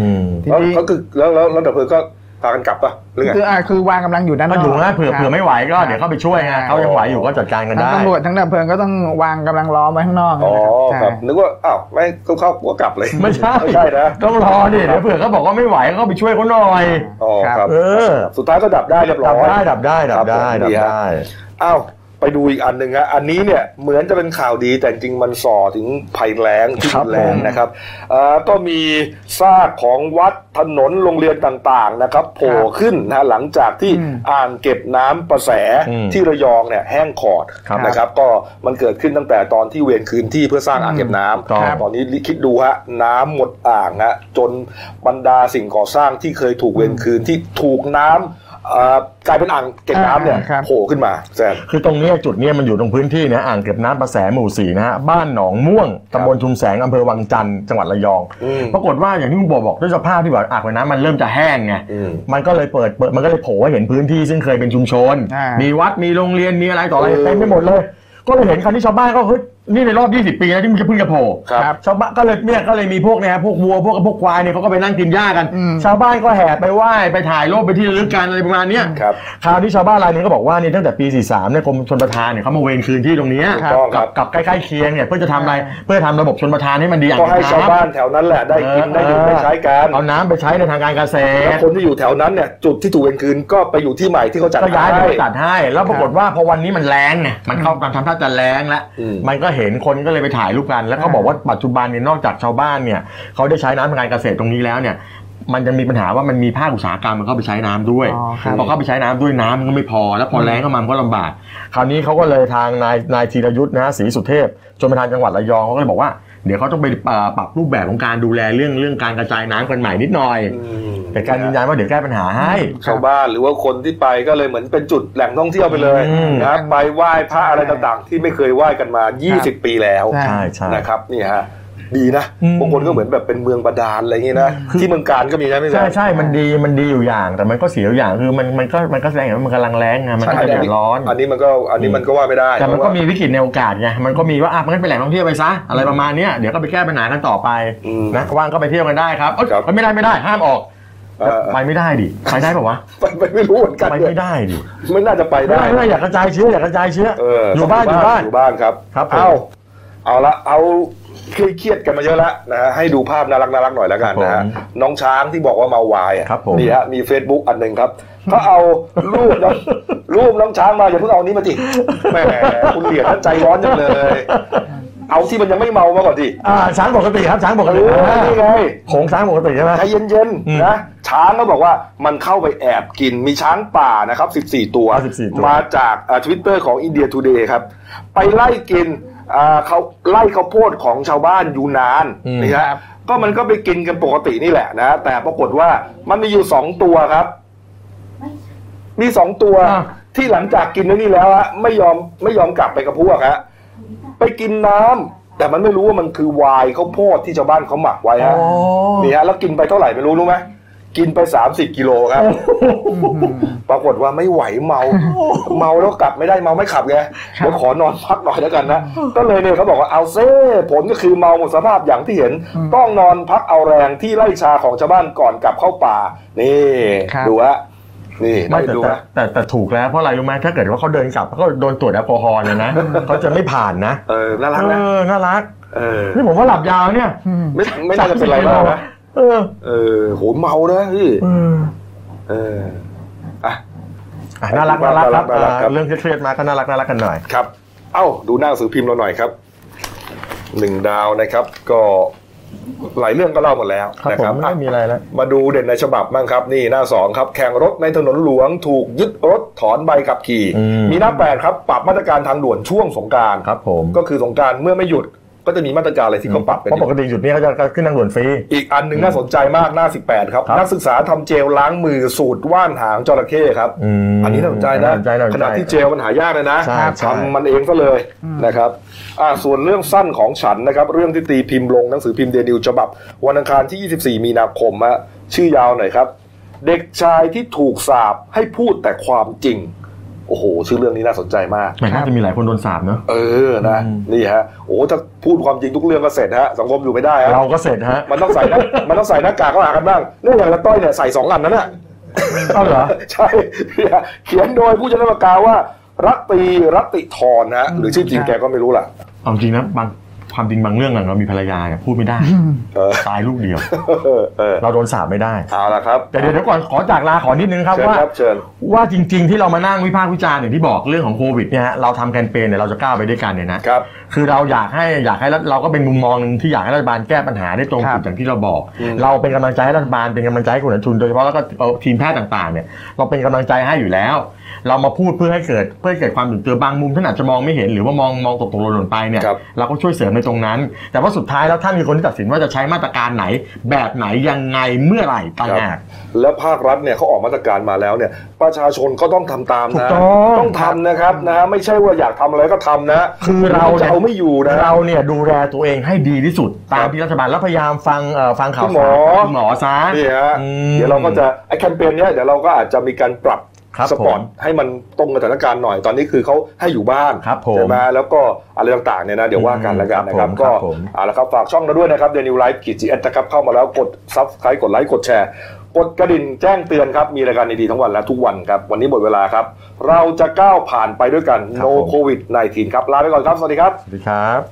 S2: อืม
S3: ที
S1: แล้ว
S3: นี้
S1: ก็คือแล้วแล้วแล้วดับเพลิงก็พากันกลับป่ะหรือไง
S3: คืออ่าคือวางกำลังอยู่ด้านน
S2: ก็
S3: อก
S2: อยู่นะเผื่อ
S3: ครับ
S2: เผื่อไม่ไหวก็เดี๋ยวเขาไปช่วยไง
S3: ใช่
S2: เขายังไหวอยู่ก็จัดการกัน
S3: ทั้ง
S2: ได้
S3: ตำรวจทั้งดับเพลิงก็ต้องวางกำลังล้อมไว้ข้างนอกนะ
S1: อ๋อ
S3: ค
S1: ค
S3: รั
S1: รั
S3: บบ ใช่
S1: นึกว่าอ้าวไม่เข้าเข้าหัวกลับเลย
S2: ไม่ใช่
S1: ไม่ใช่นะ
S2: ต้องรอดิเดี๋ยวเผื่อเขาบอกว่าไม่ไหวก็ไปช่วยเขาหน่อย
S1: อ๋อครับ
S2: เออ
S1: สุดท้ายก็ดับได้เรียบร้
S2: ดั
S1: อบ ย
S2: ได้ดับได้ดับได้
S1: ครับผม
S2: ดั
S1: ดี
S2: บ
S1: ฮะ
S2: ได้
S1: อ้าวไปดูอีกอันหนึ่งฮะอันนี้เนี่ยเหมือนจะเป็นข่าวดีแต่จริงมันส่อถึงภัยแล้งที่รุนแรงนะครับเอ่อก็มีซากของวัดถนนโรงเรียนต่างๆนะครับโผล่ขึ้นนะฮะหลังจากที่
S3: อืม
S1: อ่างเก็บน้ำประแส
S2: อืม
S1: ที่ระยองเนี่ยแห้งขอด
S2: ครับ
S1: นะครับ ก็มันเกิดขึ้นตั้งแต่ตอนที่เวรคืนที่เพื่อสร้างอ่างเก็บน้
S2: ถูกต้อง
S1: ำ ตอนนี้คิดดูฮะน้ำหมดอ่างฮะจนบรรดาสิ่งก่อสร้างที่เคยถูกเวรคืนที่ถูกน้ำเอ่อกลายเป็นอ่างเก็บน้ำเนี่ย
S3: อ่าครับ
S1: โผล่ขึ้นมาแซน
S2: คือตรงเนี้ยจุดเนี้ยมันอยู่ตรงพื้นที่นะอ่างเก็บน้ำประแสหมู่สี่นะฮะบ้านหนองม่วงตำบลชุมแสงอำเภอวังจันทร์จังหวัดระยอง
S1: อืม
S2: ปรากฏว่าอย่างที่คุณบอกบอกด้วยสภาพที่แบบอ่างเก็บน้ำมันเริ่มจะแห้งไง
S1: อืม
S2: มันก็เลยเปิดเปิดมันก็เลยโผล่ให้เห็นพื้นที่ซึ่งเคยเป็นชุมชน
S3: อ่ามี
S2: มีวัดมีโรงเรียนมีอะไรต่ออะไร
S1: เออ
S2: เต็มไปหมดเลย ก็เลยเห็นคราวนี้ชาวบ้านก็เฮ้ยนี่ในรอบ 20 ปีนะที่มันจะเพิ่งจะโผล่
S1: ครับ
S2: ชาวบ้านก็เลยเนี่ยก็เลยมีพวกเนี่ยฮะพวกวัวพวกพวกควายเนี่ยเขาก็ไปนั่งกินหญ้ากัน
S3: อืม
S2: ชาวบ้านก็แห่ไปไหว้ไปถ่ายรูปไปที่ระลึกกันอะไรประมาณเนี้ย
S1: ครับ
S2: คราวนี้ชาวบ้านรายหนึงก็บอกว่าเนี่ยตั้งแต่ปี 43เนี่ยกรมชนประทานเนี่ยเขามาเวรคืนที่ตรงเนี้ย
S1: ครับ
S2: กับกับใกล้ๆเคียงเนี่ยเพื่อจะทำอะไรเพื่อทำระบบชนประทานให้มันดีอย่าง
S1: ก็ให้
S2: น้ำ
S1: ชาวบ้านแถวนั้นแหละได้กินได้ดื่มได้ใช้กัน
S2: เอาน้ำไปใช้ในทางการเกษ
S1: แล้ว
S2: ตร
S1: คนที่อยู่แถวนั้นเนี่ยจุดที่ถูกเวรคืนก็ไปอยู่ที่ใหม่ที่เขาจัด
S2: ก็ย้ายไป
S1: ให้
S2: ตัดให้ แล้วปรากฏว่าพอวันนี้มันแรงไงมันเข้าตามทำท่าจะแรงแล้ว
S1: อืม
S2: มันก็เห็นคนก็เลยไปถ่ายรูปกัน แล้วเขาบอกว่าปัจจุบันเนี่ยนอกจากชาวบ้านเนี่ยเขาได้ใช้น้ำทางการเกษตรตรงนี้แล้วเนี่ย มันจะมีปัญหาว่ามันมีภาคอุตสาหกรรมมันเข้าไปใช้น้ำด้วย
S3: อ๋อครับ
S2: พอเข้าไปใช้น้ำด้วยน้ำมันก็ไม่พอ แล้วพอแรงเข้ามามันก็ลำบาก คราวนี้เขาก็เลยทางนายนายธีรยุทธ์นะฮะศรีสุเทพชนประธานจังหวัดระยองเขาก็เลยบอกว่าเดี๋ยวเขาต้องไปเอ่อปรับรูปแบบของการดูแลเรื่องเรื่องการกระจายน้ำกันใหม่นิดหน่อย
S1: อืม
S2: แต่การยืนยันว่าเดี๋ยวแก้ปัญหาให้
S1: ชาวบ้านหรือว่าคนที่ไปก็เลยเหมือนเป็นจุดแหล่งท่องเที่ยวไปเลย
S2: อืม
S1: นะไปไหว้พระอะไรต่างๆ ที่ไม่เคยไหว้กันมา 20 ปีแล้ว
S3: ใช่
S2: ใช่ใช่
S1: นะครับนี่ฮะดีนะ
S2: อืม
S1: บางคนก็เหมือนแบบเป็นเมืองบาดาลอะไรอย่างงี้นะที่เมืองการก็มีนะไม่
S2: ใช่
S1: ใช่
S2: ใช่มันดีมันดีอยู่อย่าง แต่มันก็เสียอยู่อย่างคือมันมันก็มันก็แสดงเห็นว่ามันกำลังแรงไงมันก็
S1: ใช่
S2: จะเดือดร้อน
S1: อันนี้มันก็อันนี้มันก็ว่าไม่ได้
S2: แต่มัน
S1: เพราะ
S2: ก็
S1: ว่า
S2: มีวิกฤตในโอกาสไง มันก็มีว่าอ่ะมันก็เป็นแหล่งท่องเที่ยวไปซะ อะไรประมาณเนี้ย เดี๋ยวก็ไปแก้ปัญหากันต่อไป
S1: อืม
S2: นะ ว่างก็ไปเที่ยวกันได้ครับเอ้ย
S1: ครับ
S2: ไม่ได้ไม่ได้ ห้ามออก
S1: เออ
S2: ไปไม่ได้ดิ ไปได้ปะวะ
S1: ไปไปไม่รู้เหมือนกัน
S2: ไป
S1: เลย
S2: ไม่ได้ดิ
S1: ไม่น่าจะไป
S2: ไม่
S1: ได้
S2: ได้ไม่ได้อยากกระจายเชื้ออยากกระจายเชื้อ
S1: เออ
S2: อ
S1: อยู่
S2: บ้านอยู่บ้าน
S1: อยู่บ้านครับ
S2: ครับผม
S1: เอาเอาละเอาเครียดเครียดกันมาเยอะแล้วนะฮะให้ดูภาพน่ารักน่ารักหน่อยแล้วกันนะฮะ
S2: ครับผม
S1: น้องช้างที่บอกว่าเมาวายอ่ะ
S2: ครับผม
S1: นี่ฮะมี Facebook อันหนึ่งครับถ้าเอารูปน้ องรูปน้องช้างมาอย่าเพิ่งเอานี้มาดิแหมคุณเหลียดท่านใจร้อนจังเลย เอาที่มันยังไม่เมามาก่อนดิ
S2: อ่าช้างปกติครับช้างปก
S1: เอ
S2: ติ
S1: อ
S2: อ่า
S1: นี่ไง
S2: โขงช้างปกติใช่ไหม
S1: ใจเย็น
S2: อืม
S1: ๆนะช้างก็บอกว่ามันเข้าไปแอบกินมีช้างป่านะครับ 14 ตัว
S2: อ่ะ14ตัว
S1: มาจากทวิตเตอร์ของอินเดียทูเดย์ครับ ไปไล่กินอ่าเขาไล่ข้าวโพดของชาวบ้านยูนานนี่ครับก็มันก็ไปกินกันปกตินี่แหละนะ แต่ปรากฏว่ามันมีอยู่ 2 ตัวครับ มีสองตัว
S2: อ่ะ
S1: ที่หลังจากกินไอ้นี่แล้วฮะไม่ยอมไม่ยอมกลับไปกับพวกฮะไปกินน้ำแต่มันไม่รู้ว่ามันคือไวน์ข้าวโพดที่ชาวบ้านเขาหมักไว้ฮะ
S2: อ๋อ
S1: นี่ฮะแล้วกินไปเท่าไหร่ไม่รู้รู้ไหมกินไป 30 กิโลครับ ปรากฏว่าไม่ไหวเมา เมาแล้วกลับไม่ได้เมาไม่ขับไงเดี๋ยวขอนอนพักหน่อยแล้วกันนะ ก็เลยเนี่ยเขาบอกว่าเอาเซ่ผลก็คือเมาหมดสภาพอย่างที่เห็น ต้องนอนพักเอาแรงที่ไร่ชาของชาวบ้านก่อนกลับเข้าป่า นี่
S3: ครับ
S1: ดูฮะนี่
S2: ไม่
S1: ได้
S2: แต่
S1: ดู
S2: แต่
S1: นะ
S2: แต่แต่ถูกแล้วเพราะอะไรรู้ไหมถ้าเกิดว่าเขาเดินกลับเขาโดนตรวจแอลกอฮอล์เนี่ย นะเขาจะไม่ผ่านนะ
S1: เออน่ารักนะ
S2: เออน่ารัก
S1: เออ
S2: นี่ผมว่าหลับยาวเนี่ย
S1: ไม่ไม่น่าจะเป็นไรมากนะ
S2: เออ
S1: เออโหเมานะพี่
S2: เออ
S1: เอออ่ะ
S2: อ่ะน่ารักน่ารักครับ
S1: น่ารักครับ
S2: อ่าเรื่องเครียดๆมาก็น่ารักน่ารักกันหน่อย
S1: ครับ เอ้า ดูหน้าหนังสือพิมพ์เราหน่อยครับ หนึ่งดาวนะครับ ก็หลายเรื่องก็เล่าหมดแล้ว
S2: ครับ
S1: นะ
S2: ผ
S1: ค
S2: ม
S1: รับ
S2: ไม่มีอะไรแล้ว
S1: มาดูเด่นในฉบับบ้างครับ นี่หน้าสองครับ แข่งรถในถนนหลวง ถูกยึดรถถอนใบขับขี่
S2: อืม
S1: มีหน้าแปดครับ ปรับมาตรการทางด่วนช่วงสงกราร
S2: ครับผม
S1: ก็คือสงกรารเมื่อไม่หยุดก็ ก็จะมีมาตรการอะไรที่เขาปรับกัน
S2: เพราะ
S1: อ
S2: ป
S1: ยู่
S2: กติหยุดนี้เขาจะขึ้นทางด่วนฟรี
S1: อีกอันหนึ่งน่าสนใจมากหน้า 18 ครับ
S2: ครับ
S1: นักศึกษาทำเจลล้างมือสูตรว่านหางจระเข้ครับ
S2: ม
S1: อันนี้น่าสนใจนะ
S2: าสนใจน่าสน
S1: ข
S2: ใจ
S1: ณะที่เจลมันหายากเลยนะ
S2: ใช่ใช่
S1: ทำมันเองซะเลยนะครับอ่าส่วนเรื่องสั้นของฉันนะครับ เรื่องที่ตีพิมพ์ลงหนังสือพิมพ์เดลิวฉบับ วันอังคารที่ 24 มีนาคมฮะชื่อยาวหน่อยครับ เด็กชายที่ถูกสาปให้พูดแต่ความจริง โอ้โห ชื่อเรื่องนี้น่าสนใจมาก
S2: แหมน่าจะมีหลายคนโดนสาบเนอะ
S1: เออนะนี่ฮะโอ้โหถ้าพูดความจริงทุกเรื่องก็เสร็จฮะสังคมอยู่ไม่ได้ฮะ
S2: เราก็เสร็จฮะ
S1: มันต้องใส่หน้า มันต้องใส่หน้ากากเข้าหากันบ้างเรื่องอย่างละต้อยเนี่ยใส่สองอันนั้นน่ะ
S2: เอาเหรอ
S1: ใช่เนี่ยเขียนโดยผู้ชนะปากกาว่า รัตตีรัตติธรนะฮะหรือชื่อจริง
S3: ครับ
S1: แกก็ไม่รู้ล่ะ
S2: เอาจริงนะบางความจริงบางเรื่องอะเรามีภรรยาเนี่ยพูดไม่ได้
S1: เออ
S2: ตายลูกเดียว
S1: เออเออ
S2: เราโดนสาบไม่ได้
S1: เอาละครับ
S2: แต่เดี๋ยวเดี๋ยวก่อนขอจากลาขอนิดนึงครับ
S1: เชิญ
S2: ว่า
S1: ครับเชิญ
S2: ว่าจริง ๆ ที่เรามานั่งวิพากษ์วิจารณ์อย่างที่บอกเรื่องของโควิดเนี่ยฮะเราทำแคมเปญเนี่ยเราจะก้าวไปด้วยกันเนี่ยนะครับคือเราอยากให้อยากให้รัฐเราก็เป็นมุมมองหนึ่งที่อยากให้รัฐบาลแก้ปัญหาได้ตรง
S7: ครั
S2: จุด
S7: บ
S2: อย่างที่เราบอก เราเป็นกำลังใจให้รัฐบาลเป็นกำลังใจให้คนทุนโดยเฉพาะแล้วก็เอ่อทีมแพทย์ต่างๆเนี่ยเราเป็นกำลังใจให้อยู่แล้ว เรามาพูดเพื่อให้เกิดเพื่อให้เกิดความตื่นตัวบางมุมท่านอาจจะมองไม่เห็นหรือว่ามองมองตกตกหล่นๆไปเนี่ย
S1: ครับ
S2: เราก็ช่วยเสริมในตรงนั้น แต่ว่าสุดท้ายแล้วท่านคือคนที่ตัดสินว่าจะใช้มาตรการไหน แบบไหนยังไงเมื่อไหร่ต่างหาก
S1: แล้วภาครัฐเนี่ยเขาออกมาตรการมาแล้วเนี่ย ประชาชนก็ต้องทำตาม
S2: ถู
S1: นะ
S2: กต้อง
S1: ต้องทำนะครับนะฮะไม่ใช่ว่าอยากทำอะไรก็ทำนะ
S2: คือเรา
S1: จะ
S2: เนี่ย
S1: เอาไม่อยู่นะ
S2: เราเนี่ยดูแลตัวเองให้ดีที่สุด ตามที่รัฐบาลแล้วพยายามฟังเอ่อฟังข่าว
S1: คุณหมอ
S2: สารคุณหมอซะ
S1: นี่ฮะ
S2: อืม
S1: เดี๋ยวเราก็จะไอแคมเปญเนี้ยเดี๋ยวเราก็อาจจะมีการปรับ
S2: ครับ
S1: สปอร์ต
S2: ผม
S1: ให้มันตรงกับสถานการณ์หน่อยตอนนี้คือเขาให้อยู่บ้าน
S2: ครับผม
S1: ใช่ไหมแล้วก็อะไรต่างๆเนี่ยนะเดี๋ยวว่ากันแล้วกันนะค
S2: ครั
S1: รับบ
S2: ผม
S1: ก็
S2: ครับผม
S1: เอาละครับฝากช่องเราด้วยนะครับเดนิวไลฟ์กีจีเอสนะครับเข้ามาแล้วกดซับสไครต์กดไลค์กดแชร์ กดกระดิ่งแจ้งเตือนครับ มีรายการดีๆทั้งวันและทุกวันครับ วันนี้หมดเวลาครับ เราจะก้าวผ่านไปด้วยกัน no covid 19ครับลาไปก่อนครับสวัสดีครับ
S2: สวัสดีครับ